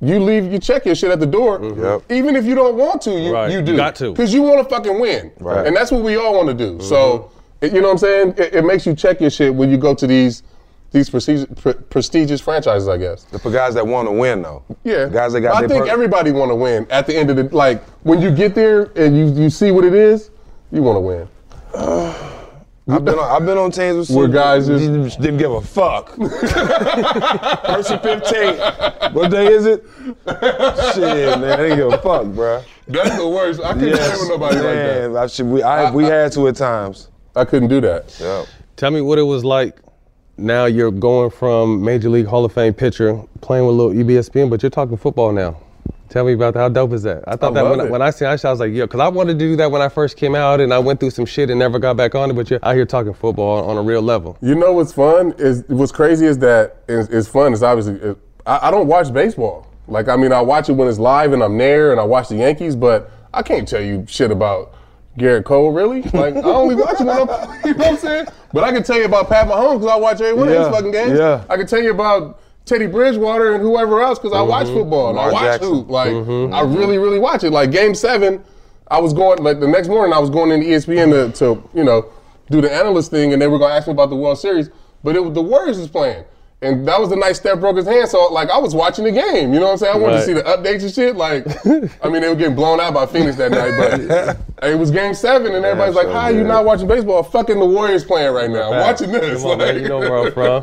You leave, you check your shit at the door.
Yep.
Even if you don't want to, you,
Right.
you do.
You got to.
Because you want to fucking win.
Right.
And that's what we all want to do. So, it, you know what I'm saying? It, it makes you check your shit when you go to these these prestigious, pre- prestigious franchises, I guess.
The guys that want to win though.
Yeah,
The guys that got
I
their
think
per-
everybody want to win at the end of the like when you get there and you you see what it is, you want to win.
I've been on, I've been on teams with
Where guys just-
didn't, didn't give
[LAUGHS]
a fuck. Person 15. What day is it? Shit, man, I didn't give a fuck, bruh.
That's the worst. I can't play with nobody like
man, I should, we, I, we had to at times.
I couldn't do that.
Yeah.
Tell me what it was like. Now you're going from Major League Hall of Fame pitcher, playing with E little EBSPN, but you're talking football now. Tell me about that. How dope is that? I thought
I
that
love
when, I,
it.
when I seen that, shit, I was like, yeah, because I wanted to do that when I first came out, and I went through some shit and never got back on it. But you're out here talking football on a real level.
that. You know what's fun is what's crazy is that is, is fun is obviously it, I, I don't watch baseball. Like I mean, I watch it when it's live and I'm there and I watch the Yankees, but I can't tell you shit about Garrett Cole really. Like I only watch it when I'm, [LAUGHS] you know what I'm saying. But I can tell you about Pat Mahomes because I watch every one of
Yeah,
his fucking games.
yeah.
I can tell you about Teddy Bridgewater and whoever else because I watch
Mhm.
football and
Lamar
I watch
Jackson.
hoop. Like
Mm-hmm.
Mhm.
I really, really watch it. Like game seven, I was going like the next morning I was going into E ESPN to, to you know do the analyst thing and they were gonna ask me about the World Series, but it was the Warriors was playing. And that was the night Steph broke his hand. So, like, I was watching the game. You know what I'm saying? I wanted
Right.
to see the updates and shit. Like,
[LAUGHS]
I mean, they were getting blown out by Phoenix that night,
[LAUGHS]
but it was game seven, and everybody's like,
so
how are you
good.
not watching baseball? Fucking the Warriors playing right now.
Fact.
Watching this.
Come on, man,
like-
you know where
[LAUGHS]
I'm from.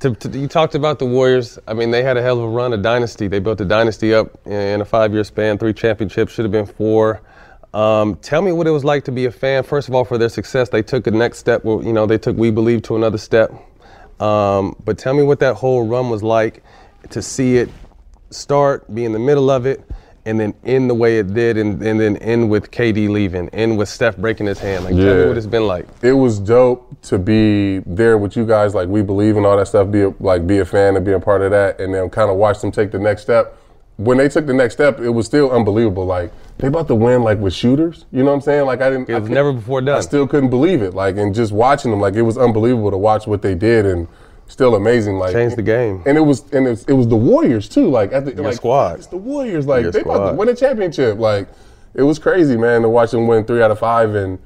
To- to- you talked about the Warriors. I mean, they had a hell of a run, a dynasty. They built a dynasty up in a five-year span, three championships, should have been four. Um, tell me what it was like to be a fan. First of all, for their success, they took a next step. Well, You know, they took We Believe to another step. Um, but tell me what that whole run was like to see it start, be in the middle of it, and then end the way it did, and, and then end with KD leaving, end with Steph breaking his hand. Like, tell me
Yeah.
what it's been like.
It was dope to be there with you guys. Like we believe in all that stuff. Be a, like be a fan and be a part of that, and then kind of watch them take the next step. When they took the next step, it was still unbelievable. Like they about to win, like with shooters. You know what I'm saying? Like I didn't. It was
never before done.
I still couldn't believe it. Like and just watching them, like it was unbelievable to watch what they did, and still amazing. Like
Changed the game.
And it was and it was, it was the Warriors too. Like at the
Your
like,
squad.
It's the Warriors. Like
Your
they about
squad.
to win a championship. Like it was crazy, man, to watch them win three out of five and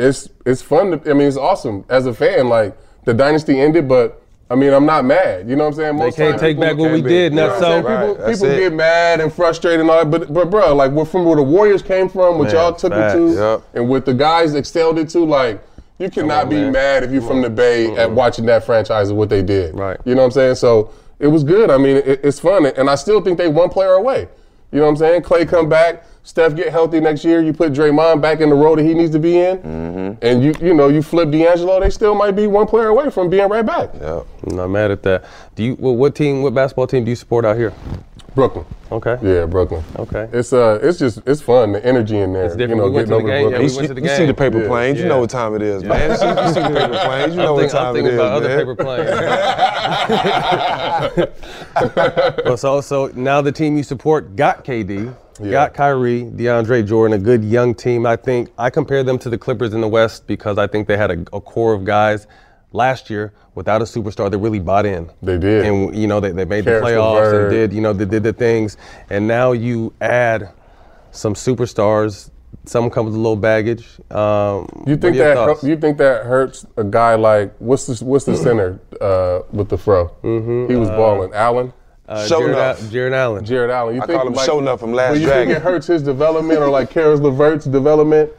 it's it's fun. To, I mean, it's awesome as a fan. Like the dynasty ended, but I mean, I'm not mad. You know what I'm saying?
They can't
times
take
people-
back what we
Can't be.
did,
You know
not
what I'm
so.
saying?
Right,
people
that's
people
it.
get mad and frustrated and all that, but but bro, like we're from where the Warriors came from, what
Man,
y'all took
facts.
it to,
Yep.
and what the guys excelled it to, like. You cannot
on,
be
man.
mad if you're from the Bay at watching that franchise and what they did. Right. You know what I'm saying? So it was good. I mean, it, it's fun, and I still think they one player away. You know what I'm saying? Clay come back, Steph get healthy next year. You put Draymond back in the role that he needs to be in,
Mm-hmm.
and you you know you flip D'Angelo, they still might be one player away from being right back.
Yeah, I'm not mad at that. Do you? What, what team? What basketball team do you support out here?
Brooklyn.
Okay.
Yeah, Brooklyn.
Okay.
It's uh, it's just it's fun. The energy in there.
It's different.
You know,
We went
getting
to the
over
game. Yeah,
Brooklyn.
we went to the You see game. the paper planes. You know what time
it is,
Yeah.
man. You see, you see the
[LAUGHS]
paper planes. You know
I'm
what
think- I'm
time it
thinking
is,
about other
man.
paper well, so so now the team you support got KD, got Kyrie, DeAndre Jordan, a good young team. I think I compare them to the Clippers in the West because I think they had a, a core of guys last year without a superstar that really bought in.
They did.
And, you know, they, they made
Karis
the playoffs
LeVert.
and did, you know, they did the things. And now you add some superstars. Some come with a little baggage. Um,
You think that hurt- you think that hurts a guy like what's the what's
[CLEARS THROAT]
the center uh, with the fro? Mm-hmm, he was
uh,
balling. Allen.
uh, Show Jared Enough. Al- Jared Allen.
Jared Allen. You
I call him Show Enough from Last
but you
Dragon.
think it hurts his development or
[LAUGHS]
like Karis Levert's development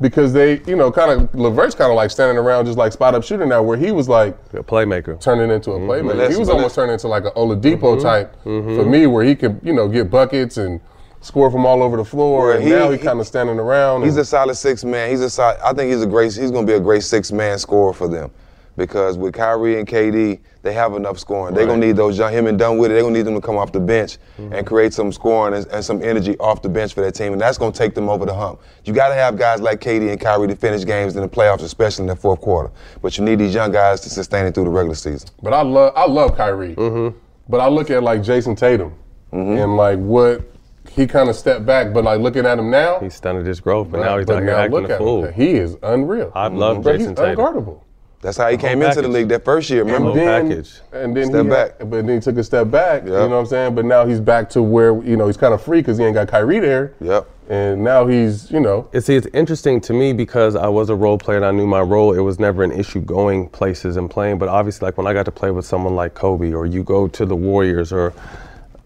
because they, you know, kind of Levert's kind of like standing around just like spot up shooter now, where he was like
a playmaker,
turning into a
Mm-hmm. But
playmaker.
that's-
He was
but
almost turning into like an Oladipo
Mhm.
type
Mhm.
for me, where he could, you know, get buckets and score from all over the floor.
Well,
and
he-
now he
he-
kind of standing around.
He's
and-
a solid six man. He's a solid, I think he's a great. He's going to be a great six man scorer for them because with Kyrie and KD, they have enough scoring. They're going to need those young him and Dunwoody. They're going to need them to come off the bench
Mm-hmm.
and create some scoring and, and some energy off the bench for that team, and that's going to take them over the hump. You got to have guys like KD and Kyrie to finish games in the playoffs, especially in the fourth quarter. But you need these young guys to sustain it through the regular season.
But I love I love Kyrie.
Mm-hmm.
But I look at like Jason Tatum and like what he kind of stepped back. But like looking at him now,
he's stunted his growth, but
Bruh,
now he's
but
out here
now
acting
look
a
at him.
fool.
He is unreal.
I love
Bruh,
Jason
he's
Tatum.
unguardable.
That's how he came into the league that first year. Remember?
And then, and then
Step
he
back.
Had, but then he took a step back. You know what I'm saying? But now he's back to where you know he's kind of free because he ain't got Kyrie there.
Yep.
And now he's you know
It's it's interesting to me because I was a role player and I knew my role. It was never an issue going places and playing. But obviously, like when I got to play with someone like Kobe, or you go to the Warriors, or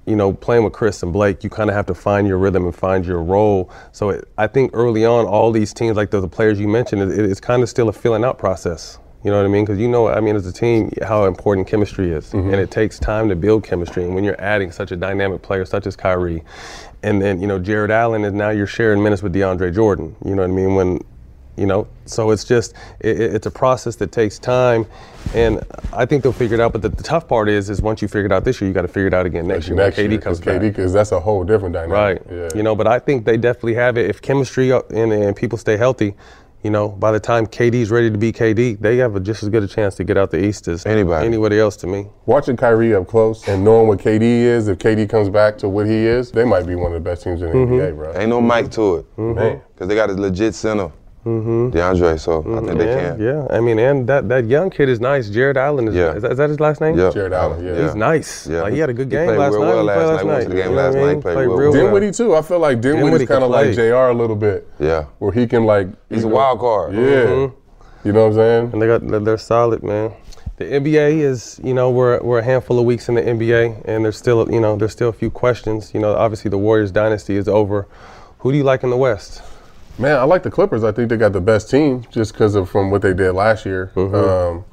you know playing with Chris and Blake, you kind of have to find your rhythm and find your role. So it, I think early on, all these teams, like the, the players you mentioned, it, it's kind of still a feeling out process. You know what I mean? Because you know, I mean, as a team, how important chemistry is, and it takes time to build chemistry. And when you're adding such a dynamic player such as Kyrie, and then you know Jared Allen, and now you're sharing minutes with DeAndre Jordan. You know what I mean? When, you know, so it's just it, it- it's a process that takes time, and I think they'll figure it out. But the, the tough part is, is once you figure it out this year, you got to figure it out again next year. when
next
KD
year,
comes
'cause
back.
KD because that's a whole different dynamic.
Right. You know, but I think they definitely have it. If chemistry uh, and, and people stay healthy, you know, by the time KD's ready to be KD, they have a, just as good a chance to get out the East as anybody, anybody else to me.
Watching Kyrie up close and knowing what KD is, if KD comes back to what he is, they might be one of the best teams in the
Mm-hmm.
NBA, bro.
Ain't no mic to it,
Mhm.
because they got a legit center, DeAndre. So I think they
Mm-hmm. yeah,
can.
yeah, I mean, and that, that young kid is nice. Jared Allen is,
Yeah.
is, that, is that his last name?
Yeah. Jared Allen, yeah.
He's nice.
Yeah.
Like, he had a good
He
game
played
last
real
night.
well
He
last
played
night. Went to the game
You know
last
what I
night,
mean?
played
Played
real
real
well.
Dinwiddie too. I feel like Dinwiddie's
Dinwiddie can
kind of like
play.
Jr. a little bit.
Yeah.
Where he can like.
He's
you
a
know-
wild card.
Yeah.
Mhm.
You know what I'm saying?
And they got they're- they're solid, man. The NBA is, you know, we're we're a handful of weeks in the NBA, and there's still, you know, there's still a few questions. You know, obviously the Warriors dynasty is over. Who do you like in the West?
Man, I like the Clippers. I think they got the best team just because of from what they did last year.
Mm-hmm.
Um,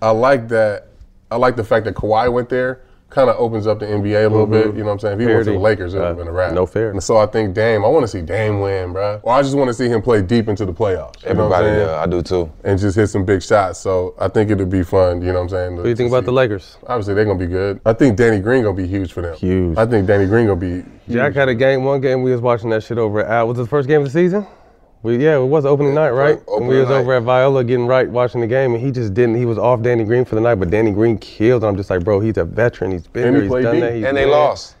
I like that. I like the fact that Kawhi went there. Kind of opens up the NBA a little
Mhm.
bit. You know what I'm saying? If he went to the
Parity.
Lakers, it would
Uh,
have been a wrap.
no fair.
And so I think Dame. I want to see Dame win, bro. Or I just want to see him play deep into the playoffs. You know what I'm
Everybody,
saying?
yeah, I do too.
and just hit some big shots. So I think it'll be fun. You know what I'm saying? What
do you think about the Lakers?
Obviously, they're gonna be good. I think Danny Green gonna be huge for them. Huge. I think Danny Green gonna be.
Jack had a game, one game we was watching that shit over at Al. Was it the first game of the season? We, yeah, it was opening night, right? and we
opening
was
night.
over at Viola getting right, watching the game, and he just didn't. He was off Danny Green for the night, but Danny Green killed. And I'm just like, bro, he's a veteran. He's been
And he
there. He's
played
done
deep.
that. He's
And they
been-
lost.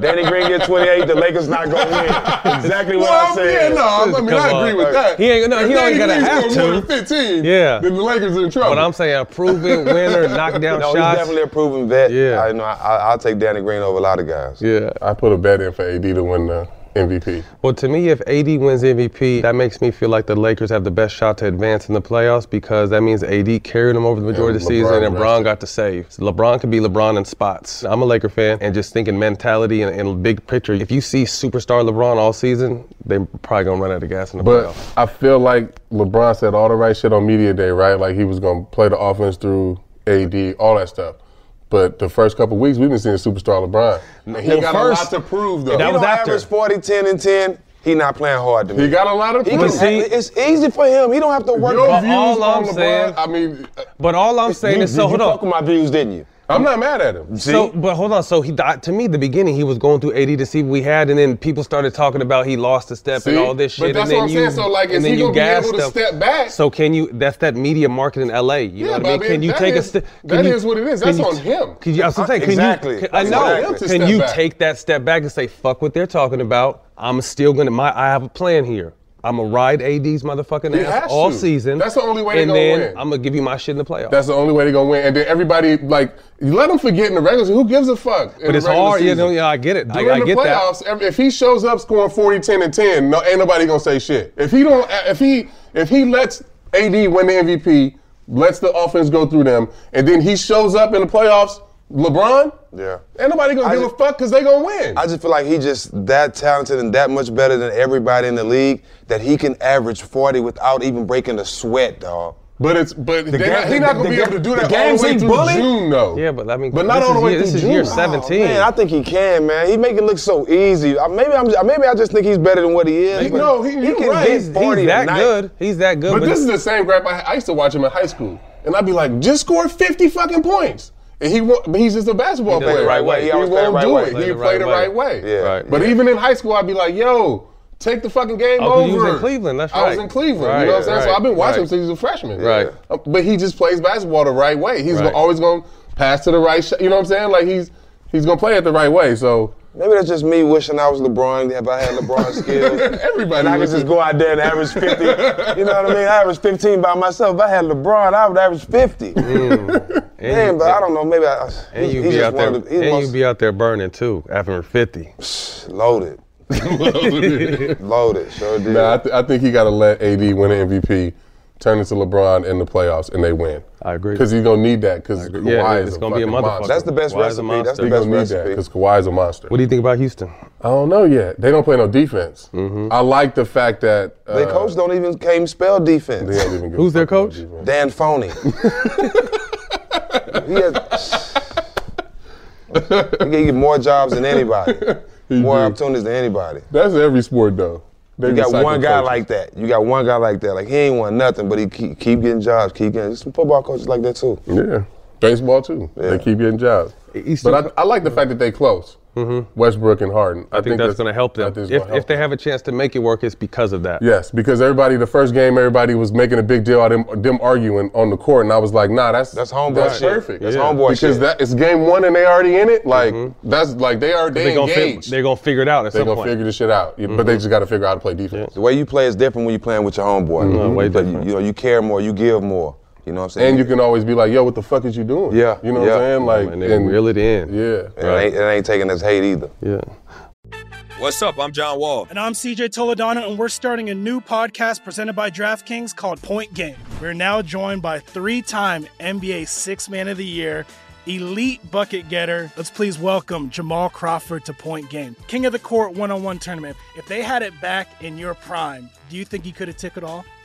Danny Green get 28. The Lakers not gonna win. Exactly what I
Well, yeah,
said.
no, I mean, I
Come
agree
on.
with that.
He ain't- no,
If
he
Danny
ain't gonna
Green's
have
gonna
to.
win 15.
Yeah.
Then the Lakers in trouble.
But I'm saying a proven
[LAUGHS]
winner, knockdown
no,
shots.
he's definitely a proven vet. Yeah, I know. I, I'll take Danny Green over a lot of guys.
Yeah.
I put a bet in for AD to win the MVP.
Well, to me, if AD wins MVP, that makes me feel like the Lakers have the best shot to advance in the playoffs because that means AD carried them over the majority of the
And LeBron
season and
rested.
LeBron got the save. So LeBron could be LeBron in spots. I'm a Laker fan and just thinking mentality and, and big picture. If you see superstar LeBron all season, they probably gonna run out of gas in the
But
playoffs.
I feel like LeBron said all the right shit on media day, right? Like he was gonna play the offense through AD, all that stuff. But the first couple weeks, we've been seeing superstar LeBron. And he
Well,
got
first-
a lot to prove, though.
He don't average 40, 10, and 10. He not playing hard to me.
He got a lot of
He
proof.
can- it's easy for him. He don't have to work.
Your
hard.
views
all
on
I'm
LeBron,
saying-
I mean, uh,
But all I'm saying
you,
is, so
you
hold
fuck
on.
with my views, didn't you?
I'm not mad at him.
So, but hold on. So he died, to me the beginning he was going through AD to see what we had, and then people started talking about he lost a step
See?
and all this
But
shit. and
that's
then
what I'm
you,
saying. So, like,
and
is
then
he
you
gonna be able
gassed
to
him.
step back?
So can you? That's that media market in LA. You know
Yeah,
what
but
I
I
mean? Can
mean,
you
that
take
is-
a step?
that is what it is. That's on him.
Can you, that's what I'm saying. Can
Exactly.
You, can, I
That's
know.
on him to
Can
step
you
back.
take that step back and say fuck what they're talking about? I'm still gonna. My I have a plan here. I'm gonna ride AD's motherfucking
He
ass
has
all
to.
season.
That's the only way they
And
gonna
then
win.
I'm gonna give you my shit in the playoffs.
That's the only way they're gonna win. And then everybody like you let them forget in the regular season. Who gives a fuck? in
but
the
it's
regular
hard. You
season?
know, yeah, I get it. I,
During
I
the
get that.
playoffs, ev- if he shows up scoring 40, 10, and 10, no, ain't nobody gonna say shit. If he don't, eh, if he if he lets AD win the MVP, lets the offense go through them, and then he shows up in the playoffs, LeBron,
Yeah.
ain't nobody gonna
I
give
just-
a fuck because they gonna win.
I just feel like he just that talented and that much better than everybody in the league that he can average 40 without even breaking a sweat, dog.
But it's but
the
they're not- he not gonna be able to do that all the
games
way
he
through
bullied?
June, though.
Yeah, but I mean,
But not
this
all the
is
way
year-
through
This is
June.
year
Oh,
17.
Man, I think he can, man. He make it look so easy. I- Maybe I'm, maybe I just think he's better than what he is.
He-
but
no, he- you're
can
right.
get
He's- he's
40
that
tonight.
good. He's that good.
But this is the same rap I, I used to watch him in high school, and I'd be like, just score 50 fucking points. And he won't, but he's just a basketball
He does it
player.
the right way.
He,
He always
won't
play the right
do
way.
it.
Play
he
the
play the
right
right
way.
way.
Yeah. Right.
But
Yeah.
even in high school, I'd be like, yo, take the fucking game
Oh, 'cause
over.
you was in Cleveland, that's
I was
right.
in Cleveland. you
Right,
know what I'm saying? so
right,
I've been watching him
right.
since he was a freshman.
Right.
Uh, But he just plays basketball the right way. He's
Right.
always going to pass to the right shot. You know what I'm saying? Like he's he's going to play it the right way. So
Maybe that's just me wishing I was LeBron. If I had LeBron skills,
[LAUGHS]
[LAUGHS]
everybody
and I could
wishes-
just
[LAUGHS]
go out there and average 50. you know what I mean? I average 15 by myself. If I had LeBron, I would average 50. Man, but I don't know. Maybe I.
Mm. And
he-
you
he
be
just
out there,
one of the- he's
and
most-
you be out there burning too after 50.
Loaded.
Mm. [LAUGHS]
Loaded.
Loaded. Sure did.
Nah, I, th- I think you got to let AD win an MVP, turn into LeBron in the playoffs, and they win. I agree. Because he's gonna need that. Because Kawhi
Yeah,
is
it's gonna be a
fucking
motherfucker.
monster.
That's the best
Kawhi's a
recipe. That's
monster.
the
He
best
gonna need that
recipe.
because Kawhi is a monster.
What do you think about Houston?
I don't know yet. They don't play no defense.
Mm-hmm.
I like the fact that uh,
Their coach don't even came spell defense.
They ain't even good.
Who's their coach?
Dan
[LAUGHS]
Phoney. he has, he can get more jobs than anybody, more opportunities than anybody.
That's every sport though. They
you got
recycle
one guy
coaches.
like that. You got one guy like that. Like he ain't won nothing, but he keep, keep getting jobs. Keep getting some football coaches like that too.
Yeah, baseball too. They keep getting jobs. But I, I like the fact that they close. Westbrook and Harden.
Mm-hmm. I, think, that's, going to help
I
them.
think it's
If,
gonna help
if they have a chance to make it work, it's because of that.
Yes, because everybody, the first game, everybody was making a big deal out of them, them arguing on the court, and I was like, nah, that's
That's homeboy
That's
shit.
perfect.
That's homeboy
because
shit.
that it's game one and they already in it. Like that's like they are they
They're Mm-hmm. gonna, fi-
engaged.
they're gonna figure it out at
They're
some
gonna
point. Mm-hmm.
figure this shit out, but they just got to figure out how to play defense.
The way you play is different when you're playing with your homeboy.
Mm-hmm.
Mhm. Way
But you, you know, you care more. You give more. You know what I'm saying?
And you can always be like, yo, what the fuck is you doing?
Yeah,
you know
yeah.
what I'm saying? Like,
and they can reel it in.
yeah,
And it, ain't, it ain't taking us hate either.
Yeah.
What's up? I'm John Wall.
And I'm CJ Toledano, and we're starting a new podcast presented by DraftKings called Point Game. We're now joined by three time NBA Six Man of the Year, elite bucket getter. Let's please welcome Jamal Crawford to Point Game, King of the Court one on one tournament. If they had it back in your prime, do you think he could have took it all?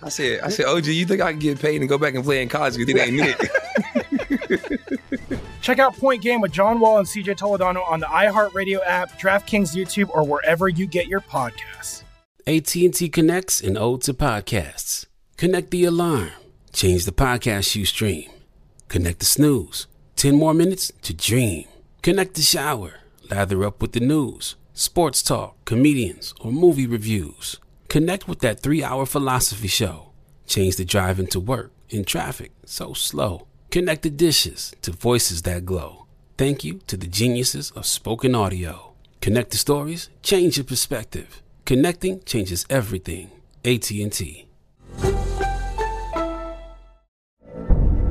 I said, I said, OG, you think I can get paid and go back and play in college because
[LAUGHS]
it ain't it?
Check out Point Game with John Wall and CJ Toledano on the iHeartRadio app, DraftKings YouTube, or wherever you get your podcasts.
AT&T connects an ode to podcasts. Connect the alarm. Change the podcast you stream. Connect the snooze. 10 more minutes to dream. Connect the shower. Lather up with the news, sports talk, comedians, or movie reviews. Connect with that three hour philosophy show. Change the drive into work in traffic so slow. Connect the dishes to voices that glow. Thank you to the geniuses of spoken audio. Connect the stories, change your perspective. Connecting changes everything. AT&T.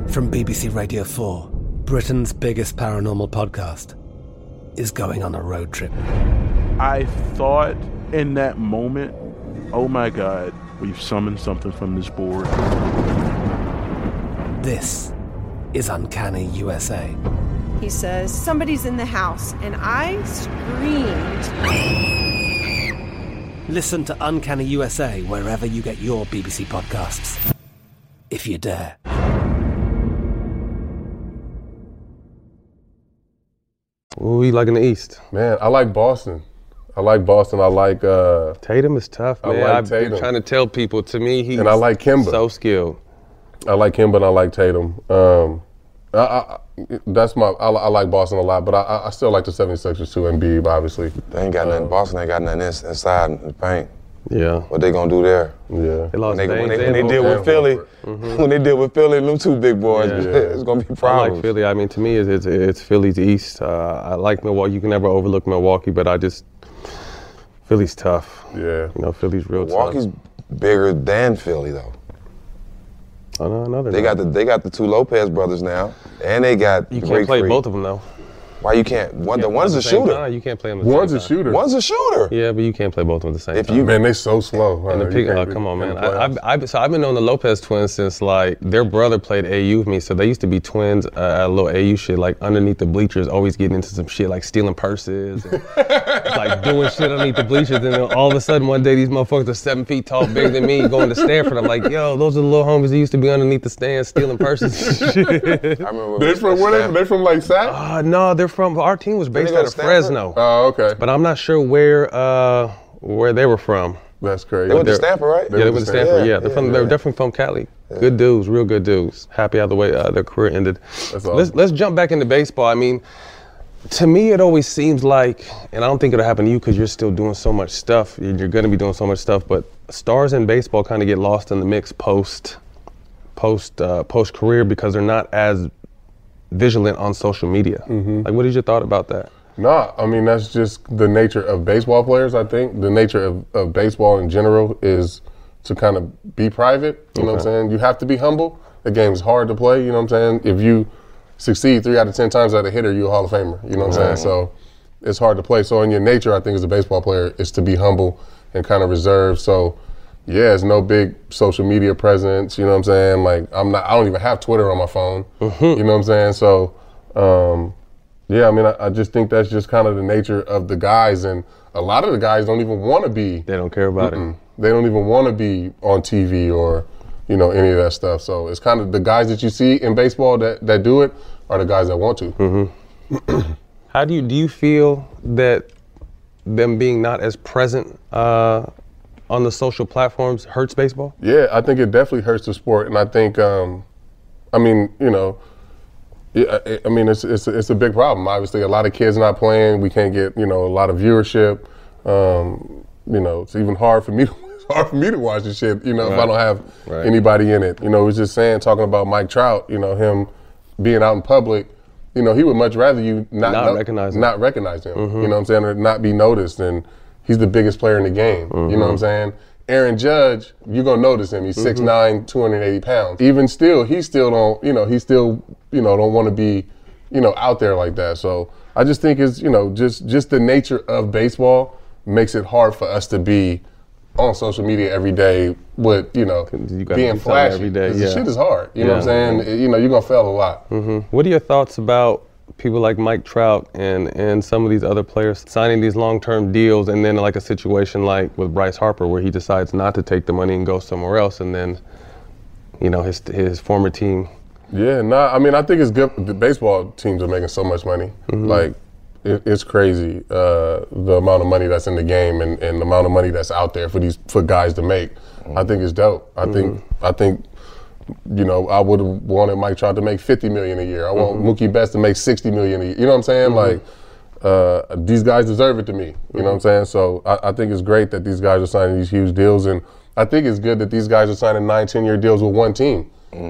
From BBC Radio 4, Britain's biggest paranormal podcast is going on a road trip.
I thought in that moment, oh my God, we've summoned something from this board.
This is Uncanny USA.
He says, Somebody's in the house. And I screamed.
Listen to Uncanny USA wherever you get your BBC podcasts. If you dare.
Who you like in the East?
Man, I like Boston. I like Boston. I like uh,
Tatum is tough,
I
man.
like
I've
Tatum.
been trying to tell people. To me, he's
and I like Kimba.
So skilled.
I like Kimba and I like Tatum. Um, I, I, I- that's my. I, li- I like Boston a lot, but I- I, I still like the 76ers too. And Embiid, obviously.
They ain't got nothing.
Uh,
Boston ain't got nothing ins- inside in the paint.
Yeah.
What they gonna do there?
Yeah.
They lost
When they, when
Baines
they,
and
when they deal with
Horford.
Philly, [LAUGHS]
Mhm.
when they deal with Philly, them two big boys, [LAUGHS]
Yeah.
it's gonna be
I like
problems.
Philly. I mean, to me, it's it's, it's Philly's East. Uh, I like Milwaukee. You can never overlook Milwaukee, but I just Philly's tough.
Yeah,
you know, Philly's real
Milwaukee's bigger than Philly though.
tough. I know, Oh, another.
They got the they got the two Lopez brothers now, and they got
You
the
can't
Greek
play
Freak.
both of them though.
Why you can't? One,
You
the
can't
one's
play
a
at the same
shooter.
time. You can't play them. At the
One's
same
a
time.
shooter. One's a shooter.
Yeah, but you can't play both of them at the same
If
time.
you-
man, they so slow.
And the
huh? You
pick,
can't
oh,
be-
come on,
in
man.
the
I, I've, I've, so I've been on the Lopez twins since like their brother played AU with me. So they used to be twins uh, at a little AU shit, like underneath the bleachers, always getting into some shit, like stealing purses,
[LAUGHS]
and, like doing shit underneath the bleachers. And then all of a sudden, one day, these motherfuckers are seven feet tall, bigger than me, going to Stanford. I'm like, yo, those are the little homies that used to be underneath the stands stealing
[LAUGHS]
purses. and shit.
I remember.
They from where? They from, they from like Sac?
Uh, no, they're from. Our team was
Didn't
based
they go
out
to
of
Stanford?
Fresno.
Oh, okay.
But I'm not sure where uh, where they were from.
That's crazy.
They went to Stanford, right?
Yeah, they went to Stanford. Yeah, they're, from, they're definitely from Cali. Good dudes, real good dudes. Happy how the way uh, their career ended. Let's
awesome.
let's jump back into baseball. I mean, to me, it always seems like, and I don't think it'll happen to you because you're still doing so much stuff. and You're going to be doing so much stuff, but stars in baseball kind of get lost in the mix post post uh, post career because they're not as vigilant on social media. Like, what is your thought about that?
No, I mean that's just the nature of baseball players. I think the nature of, of baseball in general is to kind of be private. You know what I'm
Okay.
saying? You have to be humble. The game's hard to play. You know what I'm saying? If you succeed three out of ten times as a hitter, you're a Hall of Famer. You know what I'm saying?
Right.
So it's hard to play. So in your nature, I think as a baseball player, is to be humble and kind of reserved. So yeah, it's no big social media presence. You know what I'm saying? Like I'm not. I don't even have Twitter on my phone.
Mm-hmm.
You know what I'm saying? So. Um, yeah, I mean, I, I just think that's just kind of the nature of the guys, and a lot of the guys don't even want to be. They
don't care about
it. They don't even want to be on TV or, you know, any of that stuff. So it's kind of the guys that you see in baseball that that do it are the guys that want to.
Mm-hmm. How do you do you feel that them being not as present uh, on the social platforms hurts baseball?
Yeah, I think it definitely hurts the sport, and I think, um, I mean, you know, yeah, I, I mean, it's, it's it's a big problem. Obviously, a lot of kids not playing. We can't get you know a lot of viewership. Um, you know, it's even hard for me. [LAUGHS] To, it's hard for me to watch this shit. You know, if I
Right.
don't have
Right.
anybody in it. You know, it was just saying talking about Mike Trout. You know, him being out in public. You know, he would much rather you not,
Not
know-
recognize him.
not recognize him.
Mhm.
You know what I'm saying? Or not be noticed. And he's the biggest player in the game. You know what I'm
Mhm.
saying? Aaron Judge, you're gonna notice him. He's
Mhm.
6'9", 280 pounds. Even still, he still don't, you know, he still, you know, don't want to be, you know, out there like that. So I just think it's, you know, just just the nature of baseball makes it hard for us to be on social media every day with, you know,
gotta
being
do something
flashy.
every day,
'Cause
yeah.
The shit is hard. You know what
Yeah.
I'm saying? You know, you're gonna fail a lot.
Mm-hmm. What are your thoughts about people like Mike Trout and and some of these other players signing these long-term deals, and then like a situation like with Bryce Harper, where he decides not to take the money and go somewhere else, and then you know his his former team
Yeah, nah. I mean, I think it's good. The baseball teams are making so much money.
Mhm.
Like, it, it's crazy uh, the amount of money that's in the game and, and the amount of money that's out there for these for guys to make. I think it's dope. I think I think you know I would have wanted Mike Trout to make fifty million a year. I want
Mhm.
Mookie Betts to make sixty million a year. You know what I'm saying?
Mhm.
Like. Uh, these guys deserve it to me. You know
Mm-hmm.
what I'm saying? So I, I think it's great that these guys are signing these huge deals, and I think it's good that these guys are signing nine, ten year deals with one team.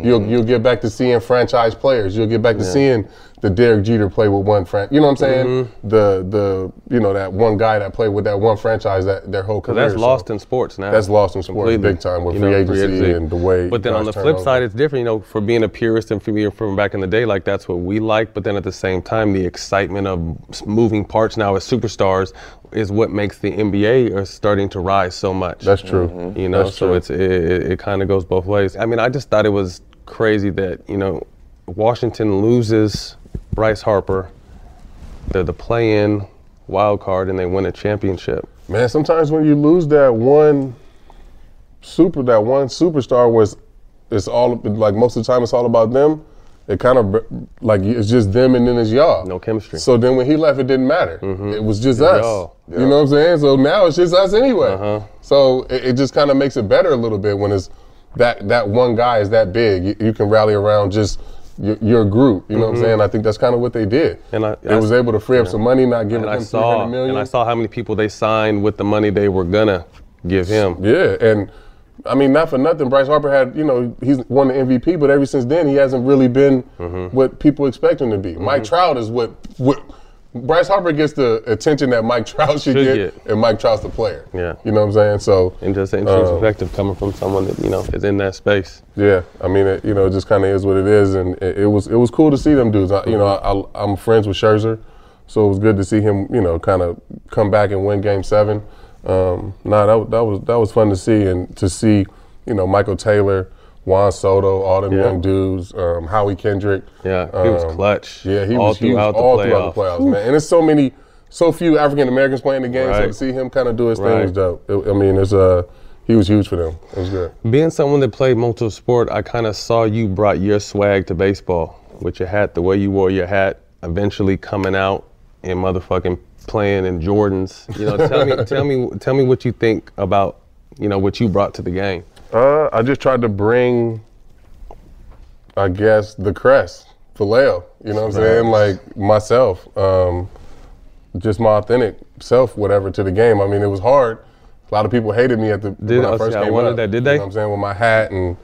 You'll you'll get back to seeing franchise players. You'll get back to
Mm-hmm. Yeah.
seeing the Derek Jeter play with one franchise. You know what I'm saying?
Mhm.
The the you know that one guy that played with that one franchise that their whole
Because
career.
that's lost in sports now.
That's lost in sports
Completely.
big time with
You
free
know,
agency and the way
But then on the
guys turn
flip
over.
side, it's different. You know, for being a purist and for being from back in the day, like that's what we like. But then at the same time, the excitement of s- moving parts now as superstars is what makes the NBA are starting to rise so much.
That's true. Mhm.
You know,
That's
so
true.
it's it, it, it kind of goes both ways. I mean, I just thought it was crazy that you know Washington loses Bryce Harper. They're the play-in wild card, and they win a championship.
Man, sometimes when you lose that one super, that one superstar was, it's all like most of the time it's all about them. It kind of like it's just them and then it's y'all. No
chemistry.
So then when he left, it didn't matter. It was just
Yeah,
us.
y'all. Uh-huh.
You know what I'm saying? So now it's just us anyway. So it, it just kind of makes it better a little bit when it's that that one guy is that big. You, you can rally around just your, your group. You know what I'm
Mhm.
saying? I think that's kind of what they did.
And I,
It was able to free up some money, not giving
and
him
I saw,
300 million.
And I saw how many people they signed with the money they were gonna give him.
Yeah, and I mean, not for nothing. Bryce Harper had, you know, he's won the MVP, but ever since then, he hasn't really been
Mm-hmm.
what people expect him to be. Mike
Mhm.
Trout is what, what Bryce Harper gets the attention that Mike Trout should,
Should
get, and Mike Trout's the player.
Yeah.
You know what I'm saying? So
and just and
um,
perspective coming from someone that you know is in that space.
Yeah, I mean, it, you know, it just kind of is what it is, and it, it was it was cool to see them dudes. I, you know, I, I'm friends with Scherzer, so it was good to see him, you know, kind of come back and win Game Seven. Um, nah, that, wa- that was that was fun to see, and to see, you know, Michael Taylor, Juan Soto, all them
Yeah.
young dudes, um, Howie Kendrick.
Yeah, he was
um,
clutch.
Yeah, he
all
was huge
throughout the
all throughout the
playoffs.
playoffs, man. And it's so many, so few African Americans playing the game, so to
Right.
see him kind of do his thing
Right.
was dope. It- I mean, it's uh, he was huge for them. It was good.
Being someone that played multiple sport, I kind of saw you brought your swag to baseball with your hat, the way you wore your hat, eventually coming out and motherfucking playing in Jordans. You know, tell me, tell me, tell me what you think about you know what you brought to the game.
Uh, I just tried to bring, I guess, the crest, Vallejo. You know what I'm saying? Like myself, um, just my authentic self, whatever, to the game. I mean, it was hard. A lot of people hated me at the
Did-
when I
I
first
see, I
came
wondered
up.
that, did
You
they? Uh-huh.
know what I'm saying? With my hat and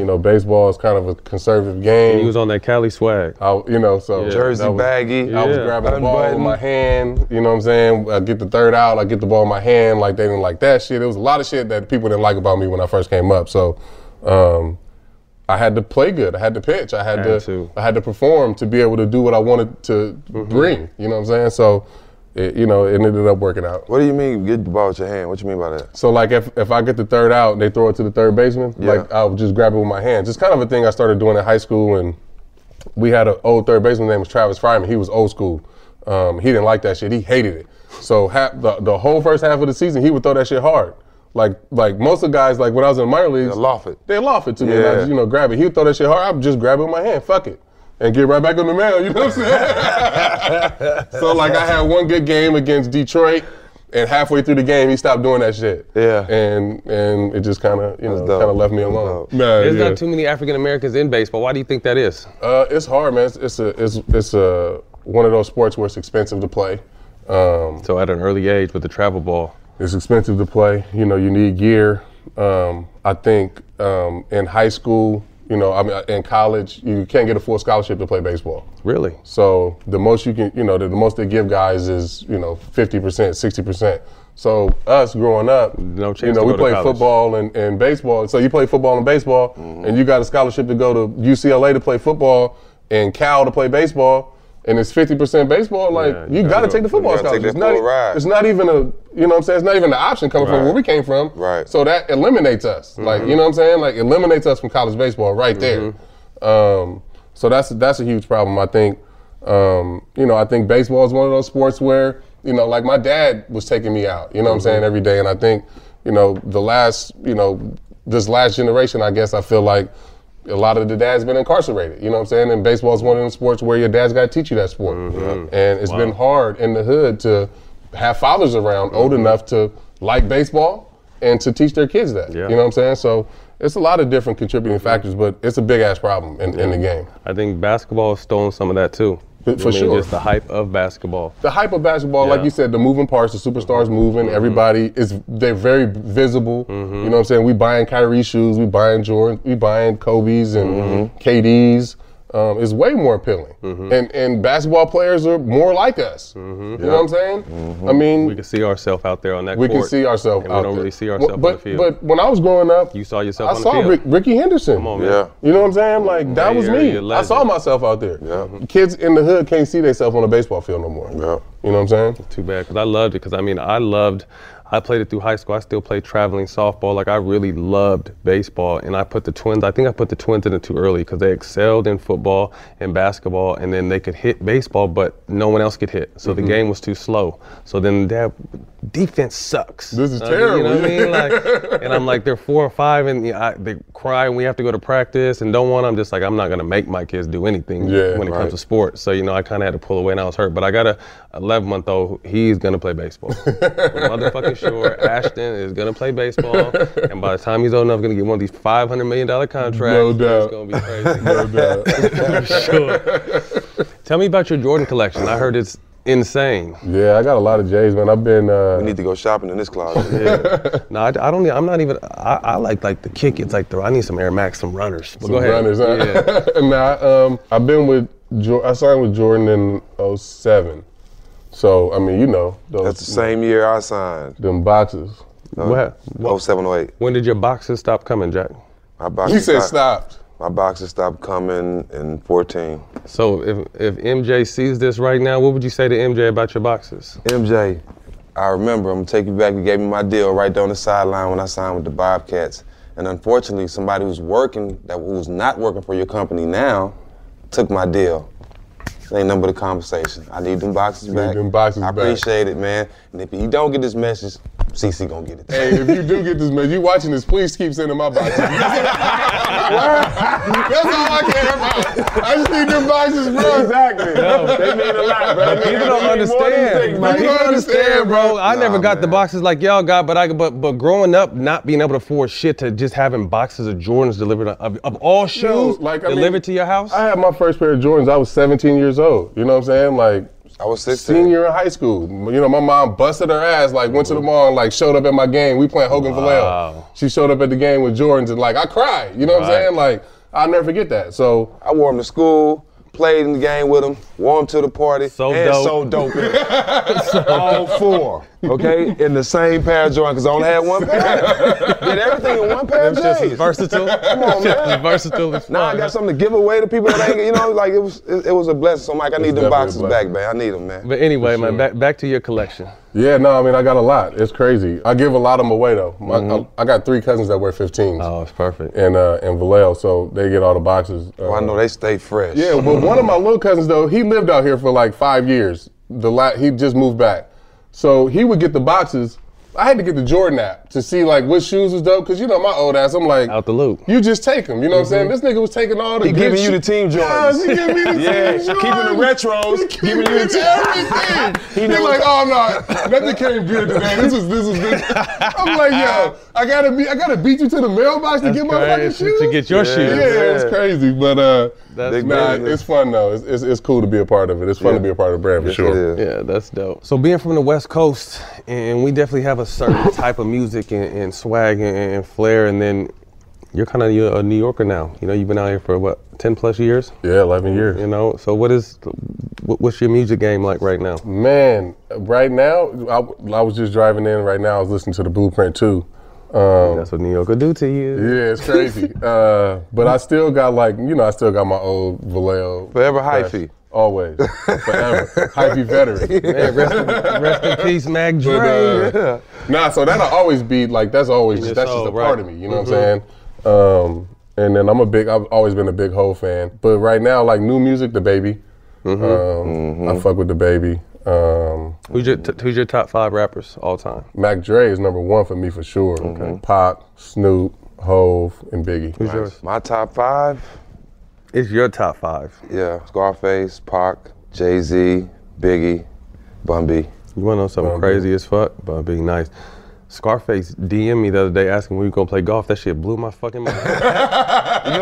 you know, baseball is kind of a conservative game.
And he was on that Cali swag.
I, you know, so
Yeah.
that was- I was grabbing the ball with
Unbuttoned.
my hand. You know what I'm saying? I get the third out. I get the ball in my hand. Like they didn't like that shit. It was a lot of shit that people didn't like about me when I first came up. So, um, I had to play good. I had to pitch. I had,
Had
to, I had to perform to be able to do what I wanted to bring. You know what I'm saying? So, it, you know, it ended up working out.
What do you mean get the ball with your hand? What you mean by that?
So like if, if I get the third out and they throw it to the third baseman,
Yeah.
like I'll just grab it with my hands. It's kind of a thing I started doing in high school and we had an old third baseman named was Travis Fryman. He was old school. Um, he didn't like that shit. He hated it. So half, the, the whole first half of the season, he would throw that shit hard. Like like most of the guys, like when I was in the minor leagues, they loft it. They loft it to me. And I
Yeah.
just, you know, grab it. He would throw that shit hard. I'd just grab it with my hand. Fuck it. And get right back on the mound. You know what I'm saying? [LAUGHS] so like I had one good game against Detroit, and halfway through the game he stopped doing that shit. Yeah. And and it just kind of you know kind of left me alone. Nah,
There's
Oh, yeah.
not too many African Americans in baseball. Why do you think that is?
Uh, it's hard, man. It's, it's a it's it's a one of those sports where it's expensive to play. Um,
so at an early age with the travel ball,
it's expensive to play. You know, you need gear. Um, I think um, in high school, you know, I mean, uh, in college, you can't get a full scholarship to play baseball.
Really?
So the most you can, you know, the, the most they give guys is you know fifty percent, sixty percent. So us growing up, no
chance
you know,
to
we
go to
played
college.
football and, and baseball. So you play football and baseball, and you got a scholarship to go to UCLA to play football and Cal to play baseball, and it's fifty percent baseball. Like
Yeah, you
you,
gotta
got to
go-
take the football
you gotta
scholarship.
take
It's not,
that full ride.
it's not even a, you know, what I'm saying, it's not even an option coming
Right.
from where we came from. Right. So that eliminates us. Like you know what I'm saying? Like eliminates us from college baseball right there. Um, so that's that's a huge problem. I think. Um, you know, I think baseball is one of those sports where you know, like my dad was taking me out. You know what I'm saying every day, and I think you know the last you know this last generation. I guess I feel like a lot of the dads been incarcerated. You know what I'm saying? And baseball is one of them sports where your dad's got to teach you that sport. And it's been hard in the hood to have fathers around old enough to like baseball and to teach their kids that. You know what I'm saying? So it's a lot of different contributing factors, but it's a big ass problem in, in the game.
I think basketball has stolen some of that too.
For-
I
for sure.
Just the hype of basketball.
The hype of basketball, like
Yeah. Mm-hmm.
you said, the moving parts, the superstars moving, everybody is they're very visible.
Mm-hmm.
You know what I'm saying? We buying Kyrie shoes, we buying Jordan, we buying Kobe's and
Mm-hmm.
KD's. Um, it's way more appealing, and and basketball players are more like us. You know what I'm saying? I mean,
Mm-hmm. we can see ourselves out there on that
we can
court.
see ourselves
and
out
We don't
there.
really see
Well,
ourselves on
but
the field.
but when I was growing up,
you saw yourself
I
on the
saw
field.
Rick, Ricky Henderson. Come
on, man. Yeah.
You know what I'm saying? Like that
Bay
was
Area
me. I saw myself out there. Kids in the hood can't see themselves on a baseball field no more. Yeah. You know what I'm saying?
Too bad because I loved it. Because I mean, I loved, I played it through high school. I still played traveling softball. Like I really loved baseball, and I put the twins. I think I put the twins in it too early because they excelled in football and basketball, and then they could hit baseball, but no one else could hit. So the
Mhm.
game was too slow. So then that defense sucks. This
is
You know
terrible.
what I mean? Like, and I'm like, they're four or five, and yeah, I, they cry, and we have to go to practice, and don't want. I'm just like, I'm not gonna make my kids do anything
Yeah,
when it
right.
comes to sports. So you know, I kind of had to pull away, and I was hurt. But I got a 11 month old. He's gonna
[LAUGHS]
play baseball. motherfucking sure Ashton is gonna play baseball, and by the time he's old enough, gonna get one of these five hundred million dollar contracts.
No doubt.
It's gonna be crazy.
No doubt.
[LAUGHS] I'm sure. Tell me about your Jordan collection. I heard it's insane.
Yeah, I got a lot of J's, man. I've been. Uh, we
need to go shopping in this closet.
[LAUGHS]
Yeah. No, I, I don't. e- I'm not even. I, I like like the kick. It's like the, I need some Air Max, some runners. But
Some runners, huh? [LAUGHS] nah, um, I've been with Jor- I signed with Jordan in 07. So I mean, you know, those,
That's the same year I signed.
Them boxes.
What?
Oh seven oh eight.
When did your boxes stop coming, Jack?
My boxes.
You said
stopped. My boxes stopped coming in fourteen.
So if if MJ sees this right now, what would you say to MJ about your boxes?
MJ, I remember, I'm gonna take you back. You gave me my deal right there on the sideline when I signed with the Bobcats. And unfortunately, somebody who's working, that who's not working for your company now, took my deal. It ain't nothing but a conversation. I need them boxes
Need
back.
them boxes
I
back.
appreciate it, man. And if you don't get this message, CC gonna get it.
Hey, if you do get this, man, you watching this, please keep sending my boxes. [LAUGHS] That's all I care about. I just need them boxes, bro. Exactly.
No, they mean a lot, bro. But people don't understand. But
You
People
don't
don't understand, bro. I
Nah,
never got the boxes like y'all got, but I but but growing up, not being able to afford shit to just having boxes of Jordans delivered of, of all shoes
like, I mean-
delivered to your house.
I had my first pair of Jordans. I was 17 years old. You know what I'm saying? Like
I was
16. Senior in high school. You know, my mom busted her ass. Like went to the mall and like showed up at my game. We playing Hogan Vallejo. She showed up at the game with Jordans and like I cried. You know what I'm
Right.
saying? Like I'll never forget that. So
I wore them to school, played in the game with them, wore them to the party, so and
dope.
so
[LAUGHS]
dope.
[LAUGHS]
All four, okay, in the same pair of Jordans, because I only had one pair. [LAUGHS] Did everything in one pair of
Them shits is
J's.
versatile.
Come on,
Them shits
man.
is versatile as
Now I got something to give away to people that ain't, you know, like it was, it, it was a blessing. So, Mike, I need them
definitely a
boxes back,
blessing.
man. I need them, man.
But anyway, man, back back to your collection.
Yeah, no, I mean I got a lot. It's crazy. I give a lot of them away though. My,
Mm-hmm.
I, I got three cousins that wear 15s. Oh,
it's perfect.
And uh, and Vallejo, so they get all the boxes. Uh,
Oh, I know they stay fresh.
Yeah, well, one of my little cousins though, he lived out here for like five years. The la- he just moved back, so he would get the boxes. I had to get the Jordan app to see like what shoes was dope, cause you know my old ass. I'm like out
the loop.
You just take them, you know what I'm saying? This nigga was taking all the.
Mm-hmm. He
good
giving you
shit-
the team
Yes,
Jordans.
he giving me the
[LAUGHS] Yeah,
team Jordans.
keeping the retros,
He
giving you the
me
team-
everything.
[LAUGHS] He
He
knows-
like, oh no, nothing came good today. This was this was
[LAUGHS]
this. I'm like, yo, I gotta be, I gotta beat you to the mailbox
That's
to get my fucking
crazy,
shoes.
to get your
yeah,
shoes.
Yeah, it's
Yeah.
crazy, but uh,
That's
nah,
crazy.
it's fun though. It's, it's it's cool to be a part of it. It's fun to be a part of the brand for sure.
Yeah, that's dope. So being from the West Coast, and we definitely have a [LAUGHS] certain type of music and, and swag and, and flair, and then you're kind of a New Yorker now. You know, you've been out here for what, 10 plus years?
Yeah,
Mm-hmm.
11 years.
You know, so what is, what- what's your music game like right now?
Man, right now, I, w- I was just driving in. Right now, I was listening to the Blueprint too. Um,
That's what New York will do to you.
Yeah, it's crazy. uh, but I still got like, you know, I still got my old Vallejo.
Forever
press.
hyphy.
Always. Forever. hyphy veteran.
Man, rest, in- rest [LAUGHS] in peace, Mac
But,
Dre.
uh, Nah, so that'll always be like that's always
In your
just, that's just
soul,
a part
right.
of me. You know
Mhm.
what I'm saying? Um, and then I'm a big. I've always been a big Hov fan, but right now, like new music, the baby. Um, I fuck with the baby. Um,
who's your t- Who's your top five rappers all time?
Mac Dre is number one for me for sure. Pac, Snoop, Hove, and Biggie.
Who's yours?
My top five.
It's your top five.
Yeah, Scarface, Pac, Jay Z, Biggie, Bun B.
You want to know something crazy as fuck, but being nice. Scarface DM me the other day asking when we gonna play golf. That shit blew my fucking mind.
You know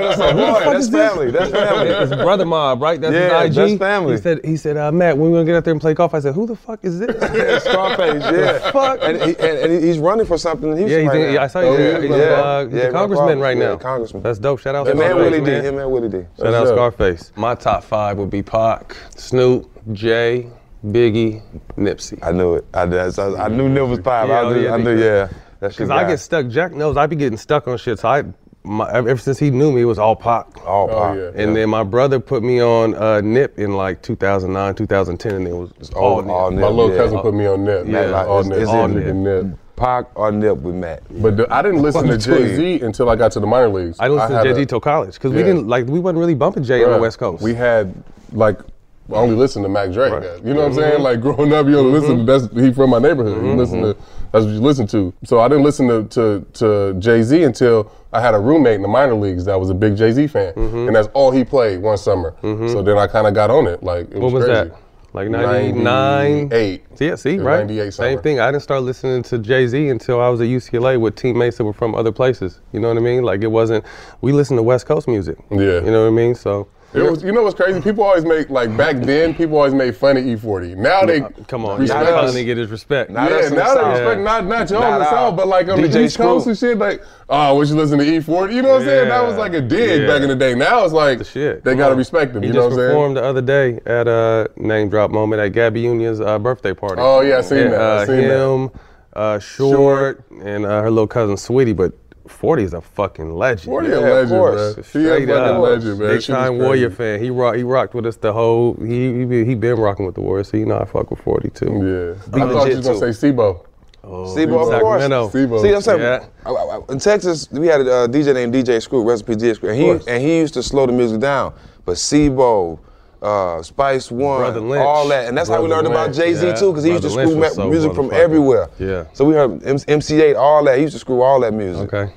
that's my
Who the
boy.
fuck
That's
is this?
family. That's family.
It's brother mob, right? That's
Yeah,
his IG.
that's family.
He said, he said, uh, Matt, when we gonna get out there and play golf? I said, who the fuck is [LAUGHS] this?
Yeah, Scarface, yeah.
Fuck.
And, he, and, and he's running for something in
yeah,
Houston
he's
right
in,
now. Oh,
yeah, I saw you. there. He's,
yeah,
uh, he's
yeah,
a
no
congressman
problem.
right
Yeah,
now.
Congressman.
That's dope. Shout out
Him and
Scarface,
Willie D.
man.
Him and Willie D.
Shout out Scarface. My top five would be Pac, Snoop, Jay, Biggie, Nipsey.
I knew it. I, that's- I, I knew Nip was five.
Yeah,
I
oh,
knew,
yeah,
I
they-
knew yeah. That's your
Because I
guy.
get stuck. Jack knows I be getting stuck on shit. So I, my, ever since he knew me, it was all pop. All
Pac.
yeah.
And then my brother put me on uh, Nip in like 2009, 2010, and it was all,
all-
Nip.
all My Nip, little yeah. cousin put me on Nip.
Yeah,
All Nip.
all
It's-
Nip.
it's in Nip.
Pac or Nip with Matt.
But the, I [LAUGHS] didn't listen to
Between.
Jay Z until I got to the minor leagues.
I listened to Jay Z
till
college because we didn't like we wasn't really bumping Jay on the West Coast.
We had like I only listened to Mac Dre. You know what I'm saying?
Mhm.
Like growing up, you only listen to
Mm-hmm.
that's he from my neighborhood. You listen to that's what you listen to. So I didn't listen to to, to Jay Z until I had a roommate in the minor leagues that was a big Jay Z fan,
Mhm.
and that's all he played one summer.
Mhm.
So then I kind of got on it. Like it
What was
crazy.
that? Like 99?
98.
Yeah, see,
It was
right?
98
Same
summer.
thing. I didn't start listening to Jay Z until I was at UCLA with teammates that were from other places. You know what I mean? Like, it wasn't, we listened to West Coast music. Yeah. You know what I mean? So.
It was, you know what's crazy? People always make like back then. People always made fun of E40. Now they
Come on,
respect
y'all
us.
finally get his respect.
yeah, now they respect not not y'all
Not
and
our-
all, but like on the
DJ
East Coast
Screw.
and shit. Like, oh, what you listen to E40? You know what I'm saying? That was
Yeah.
like a dig
Yeah.
back in the day. Now it's like they
Come
gotta
on.
respect them.
He
you know what
just
I'm saying?
performed the other day at a name drop moment at Gabby Union's uh, birthday party.
Oh, yeah, I seen
And,
that. I
uh,
seen that.
him, Uh, Short, and uh, her little cousin Sweetie, but. 40 is a fucking legend.
40 a
of
legend, bruh.
course.
She a
Straight
fucking
up.
legend, man.
Big
She was
time
crazy.
Warrior fan. He rock, he rocked with us the whole. He he, be- he been rocking with the Warriors, so you know I fuck with 40 too.
I thought you was gonna say Sebo.
Oh,
Steve-O, of course.
Sacramento.
Steve-O. See, I'm saying, I- I- I- in Texas, we had a uh, DJ named DJ Screw, Recipe DJ Screw, and he,
course.
and he used to slow the music down. But Sebo, uh, Spice
Brother
One,
Lynch.
all that, and that's how we
Brother
learned about
Lynch,
Jay Z
yeah.
too, because he used to
Brother Lynch
screw ma-
was so
music from
motherfucking-
everywhere.
Yeah.
So we heard M- MC8, all that. He used to screw all that music.
Okay.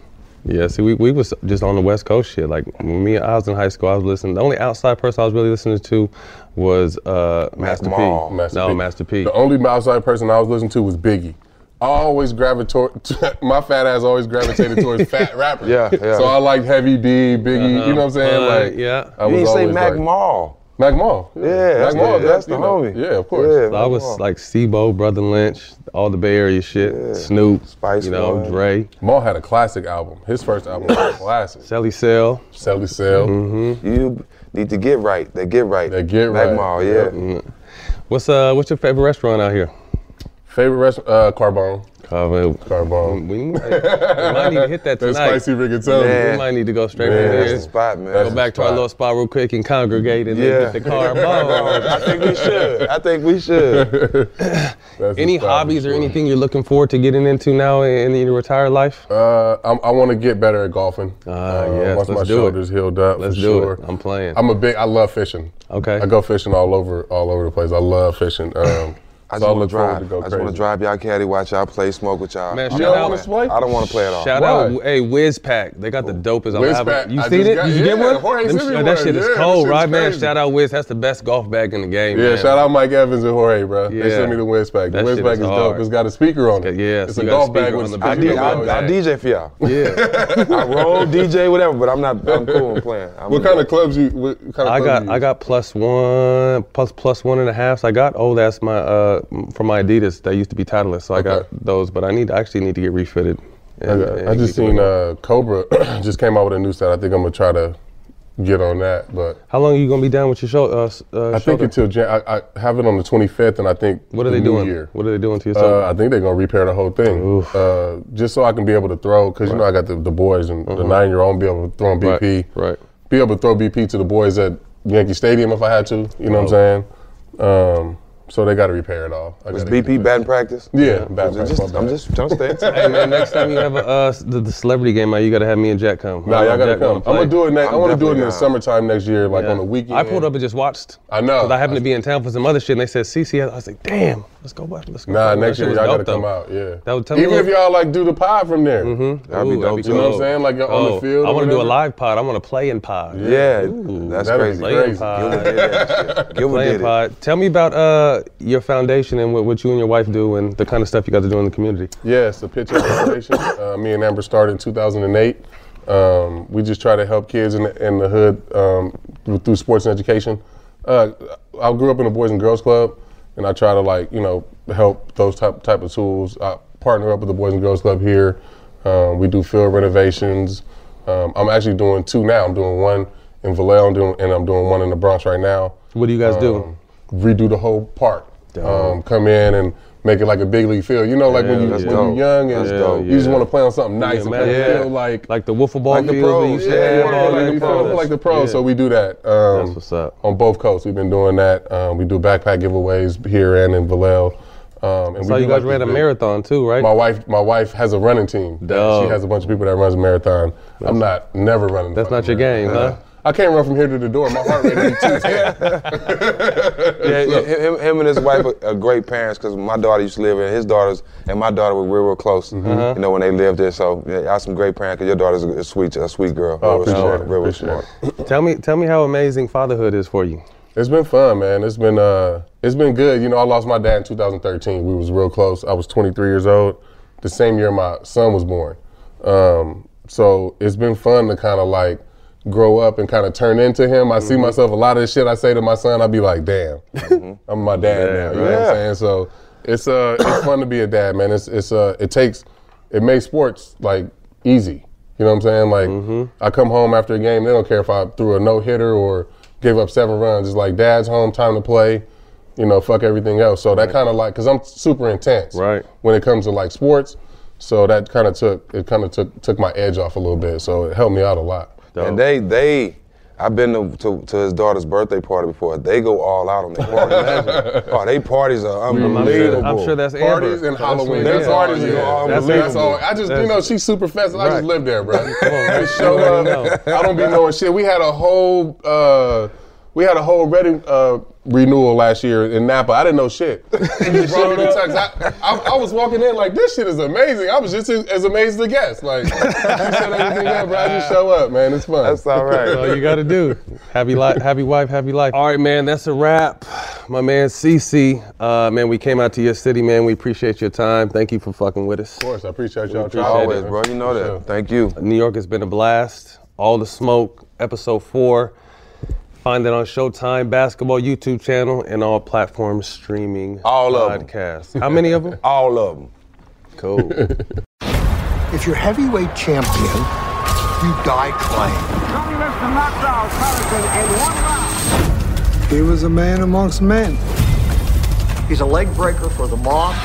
Yeah, see, we, we was just on the West Coast shit. Like, when me, I was in high school, I was listening. The only outside person I was really listening to was uh, Master P.
Maul.
no, Master P.
The only outside person I was listening to was Biggie. I always gravitate. [LAUGHS] my fat ass always gravitated towards
[LAUGHS]
fat rappers.
Yeah, yeah.
So I liked Heavy D, Biggie.
Uh-huh.
You know what I'm saying?
Uh,
like,
yeah.
I
You
was
didn't say
always
Mac
like,
Mall.
Mac Mall. Yeah, Mac Mall.
yeah,
that's
you
the
know.
homie. Yeah, of course.
So I was like Sebo, Brother Lynch, all the Bay Area shit, Snoop, Spice, you know,
One.
Dre.
Maul had a classic album. His first album
[LAUGHS]
was a classic.
Sally Cell.
Sally Cell.
Mm-hmm.
You need to get right. They get right. They
get
Mac
right.
Mall, yeah.
Mm. What's uh What's your favorite restaurant out here?
Favorite restaurant? Uh, Carbone.
Carbone.
Carbone.
We, we might need to hit
[LAUGHS]
that
That
tonight.
spicy rigatoni.
We
Yeah.
might need to go straight
Yeah,
from
that's
here.
the spot, man.
Go
That's the
back to our
spot.
little spot real quick and congregate and
Yeah.
then get
[LAUGHS]
the Carbone.
I think
[LAUGHS]
we should. I think we should.
Any hobbies or anything you're looking forward to getting into now in your retired life?
Uh, I, I want to get better at golfing. Uh,
Ah, yes,
once
let's
my
do it.
shoulders healed up,
Let's
for
do it.
sure.
I'm playing.
I'm a big. I love fishing.
Okay.
I go fishing all over, all over the place. I love fishing. Um,
[COUGHS] I
so
just
I
want
look
to
forward to
drive.
go
I just want
crazy.
to drive y'all caddy, watch y'all play, smoke with y'all.
Man,
I'm
shout
not
out-
wanna- I don't want to play at all.
Shout out, hey, Whiz Pack. They got the dopest. I'm
Whiz
having-
Pack,
You
I
seen
just
it?
got-
Did you get
yeah,
one?
Jorge
Them-
sent me
oh, that
one.
shit is
Yeah, that
cold,
shit's
right, man?
crazy.
Shout out Wiz. That's the best golf bag in the game.
Yeah,
man.
shout out Mike Evans and Jorge, bro. They
Yeah.
sent me the Wiz pack. The
That
Wiz
shit
pack
is
is dope.
hard.
It's got a speaker on it.
Yeah,
it's
so
a
you got a
golf bag
speaker
with a
on the back.
speaker.
I, D- I, I DJ for
[LAUGHS]
y'all.
[LAUGHS]
Yeah. I roll, DJ, whatever, but I'm not, I'm cool on playing. I'm
What kind of clubs you? What kind of
I
clubs
got
you
I got plus one plus plus one and a half. So I got old ass my uh from my Adidas that used to be Titleist. So I got those, but I need I actually need to get refitted. and-
I,
and
I just
get
seen
going.
uh, Cobra [CLEARS THROAT] just came out with a new set. I think I'm gonna try to get on that. But
How long are you gonna be down with your shoulder? Uh, s- uh,
I think
shoulder?
until Jan- I, I have it on the 25th, and I think
What are
the
they
new
doing?
Year.
What are they doing to your shoulder?
Uh, I think they're gonna repair the whole thing, uh, just so I can be able to throw. Cause you know I got the, the boys and the nine year old be able to throw on
Uh-huh. Right,
BP.
Right.
Be able to throw BP to the boys at Yankee Stadium if I had to. You know what I'm saying? Um, so they got to repair it all. I
Was
gotta get
BP
it
batting practice?
Yeah, batting
I'm
practice,
just-
my bad.
I'm just, don't stay. [LAUGHS]
hey man, next time you have a uh, s- the, the celebrity game out, you gotta have me and Jack come.
Nah,
I
y'all
want
gotta
Jack
come. I'm
play.
gonna do it. next I want to do it in the summertime next year, like
Yeah.
on the weekend.
I pulled up and just watched.
I know.
Because I happened to be in town for some other shit, and they said CC. I was like, damn, let's go watch. Let's go.
Nah,
watch. That
next
shit
year
was
y'all gotta
dope, though.
come out. Yeah.
That would tell me
Even
a
if
little-
y'all like do the pod from there.
Mm-hmm.
That'd be dope. You know what I'm saying? Like you're on the field.
Oh, I
or
want to do
whatever.
a live pod. I want to play in pod.
Yeah,
that's
that'd
crazy.
be Playing
Crazy. Gilbert did
pod.
Gilbert
playing
did it.
pod. Tell me about uh, your foundation and what, what you and your wife do and the kind of stuff you guys are doing in the community.
Yeah, it's the Pitch Up Foundation. uh, me and Amber started in 2008. Um, we just try to help kids in the, in the hood um, through, through sports and education. Uh, I grew up in a Boys and Girls Club, and I try to like you know help those type type of tools. I partner up with the Boys and Girls Club here. Um, we do field renovations. Um, I'm actually doing two now. I'm doing one in Vallejo, I'm doing, and I'm doing one in the Bronx right now.
What do you guys do?
Um, Redo the whole park. Um, come in and make it like a big league field. You know, like when
Yeah,
you
that's
when
dope.
you're young and
That's dope.
you just
Yeah.
want to play on something nice and
man.
play
Yeah.
feel like
Like the wiffle ball
like the
fields
pros.
that you used to
Yeah,
have and
yeah,
all
like,
that.
you feel
Yeah.
like the pros.
Yeah.
So we do that. Um,
That's what's up.
On both coasts, we've been doing that. Um, we do backpack giveaways here and in Vallejo. Um,
So you
do, like,
guys ran
this
a
big-
marathon too, right?
My wife, my wife has a running team. that-
Dope.
She has a bunch of people that runs a marathon. I'm not never running. That's not your game,
huh?
I can't run from here to the door. My heart rate
[LAUGHS]
is
yeah, him, him and his wife are, are great parents because my daughter used to live there, his daughters and my daughter were real, real close.
Mhm.
You know when they lived there, so yeah, y'all some great parents because your daughter's a, a sweet, a sweet girl.
Oh,
real
appreciate it,
smart, real, real
appreciate
smart.
tell me, tell me how amazing fatherhood is for you.
It's been fun, man. It's been uh, it's been good. You know, I lost my dad in 2013. We was real close. I was 23 years old, the same year my son was born. Um, so it's been fun to kind of like grow up and kind of turn into him. I see
Mhm.
myself a lot of the shit I say to my son. I be like, damn, I'm my dad
Mm-hmm. Yeah,
now. You know
right.
what I'm saying? So it's uh, it's fun to be a dad, man. It's it's uh, it takes it makes sports like easy. You know what I'm saying? Like I come home after a game, they don't care if I threw a no hitter or gave up seven runs. It's like dad's home, time to play. You know, fuck everything else. So that
Right.
kind of like, cause I'm super intense. Right. When it comes to like sports, so that kind of took it kind of took took my edge off a little bit. So it helped me out a lot.
And they, they, I've been to, to, to his daughter's birthday party before. They go all out on
[LAUGHS]
their parties. oh, they parties are
I'm- I'm
unbelievable.
sure- I'm sure that's Amber.
parties
That's what-
Their
yeah.
parties
Yeah.
are all
That's
unbelievable.
Amber. That's all- I just- you That's- know, she's super fast. I just live there, bro. Just show
You already
up. I don't be knowing shit. We had a whole uh, we had a whole Reddit uh, renewal last year in Napa. I didn't know shit. [LAUGHS] They just brought me the text. I, I, I was walking in like this shit is amazing. I was just as, as amazed as a guest. Like you said everything up, bro. I just show up, man. It's fun. That's all [LAUGHS]
That's all you got to do. Happy life, happy wife, happy life. All right, man, that's a wrap. My man CC, uh, man, we came out to your city, man. We appreciate your time. Thank you for fucking with us.
Of course, I appreciate
We
y'all.
appreciate
Always,
it.
bro. You know that. For sure.
Thank you.
New York has been a blast. All the smoke, episode four. Find it on Showtime Basketball YouTube channel and all platforms streaming.
All of 'em.
podcasts. How many
[LAUGHS]
of them?
all of them.
Cool.
If you're heavyweight champion, you die trying.
Tony Liston knocked out Patterson in one round.
He was a man amongst men. He's a leg breaker for the mob.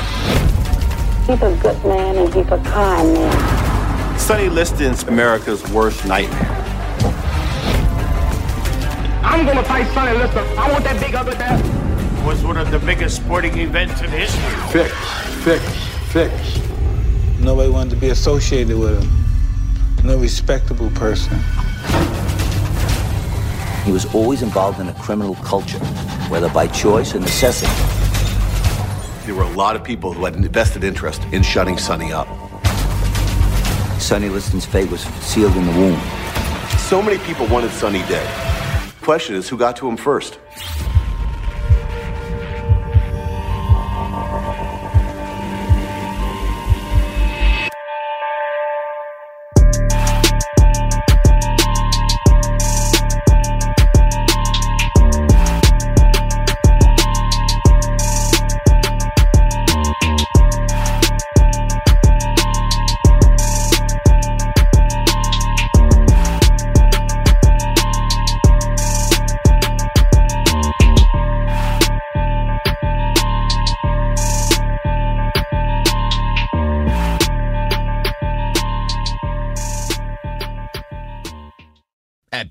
He's a good man and he's a kind man.
Sonny Liston's America's worst nightmare.
I'm gonna fight Sonny Liston. I want that big upper there.
was one of the biggest sporting events in history.
Fix, fix, fix. Nobody wanted to be associated with him. No respectable person.
He was always involved in a criminal culture, whether by choice or necessity.
There were a lot of people who had a vested interest in shutting Sonny up.
Sonny Liston's fate was sealed in the womb.
So many people wanted Sonny dead. Question is, who got to him first?
At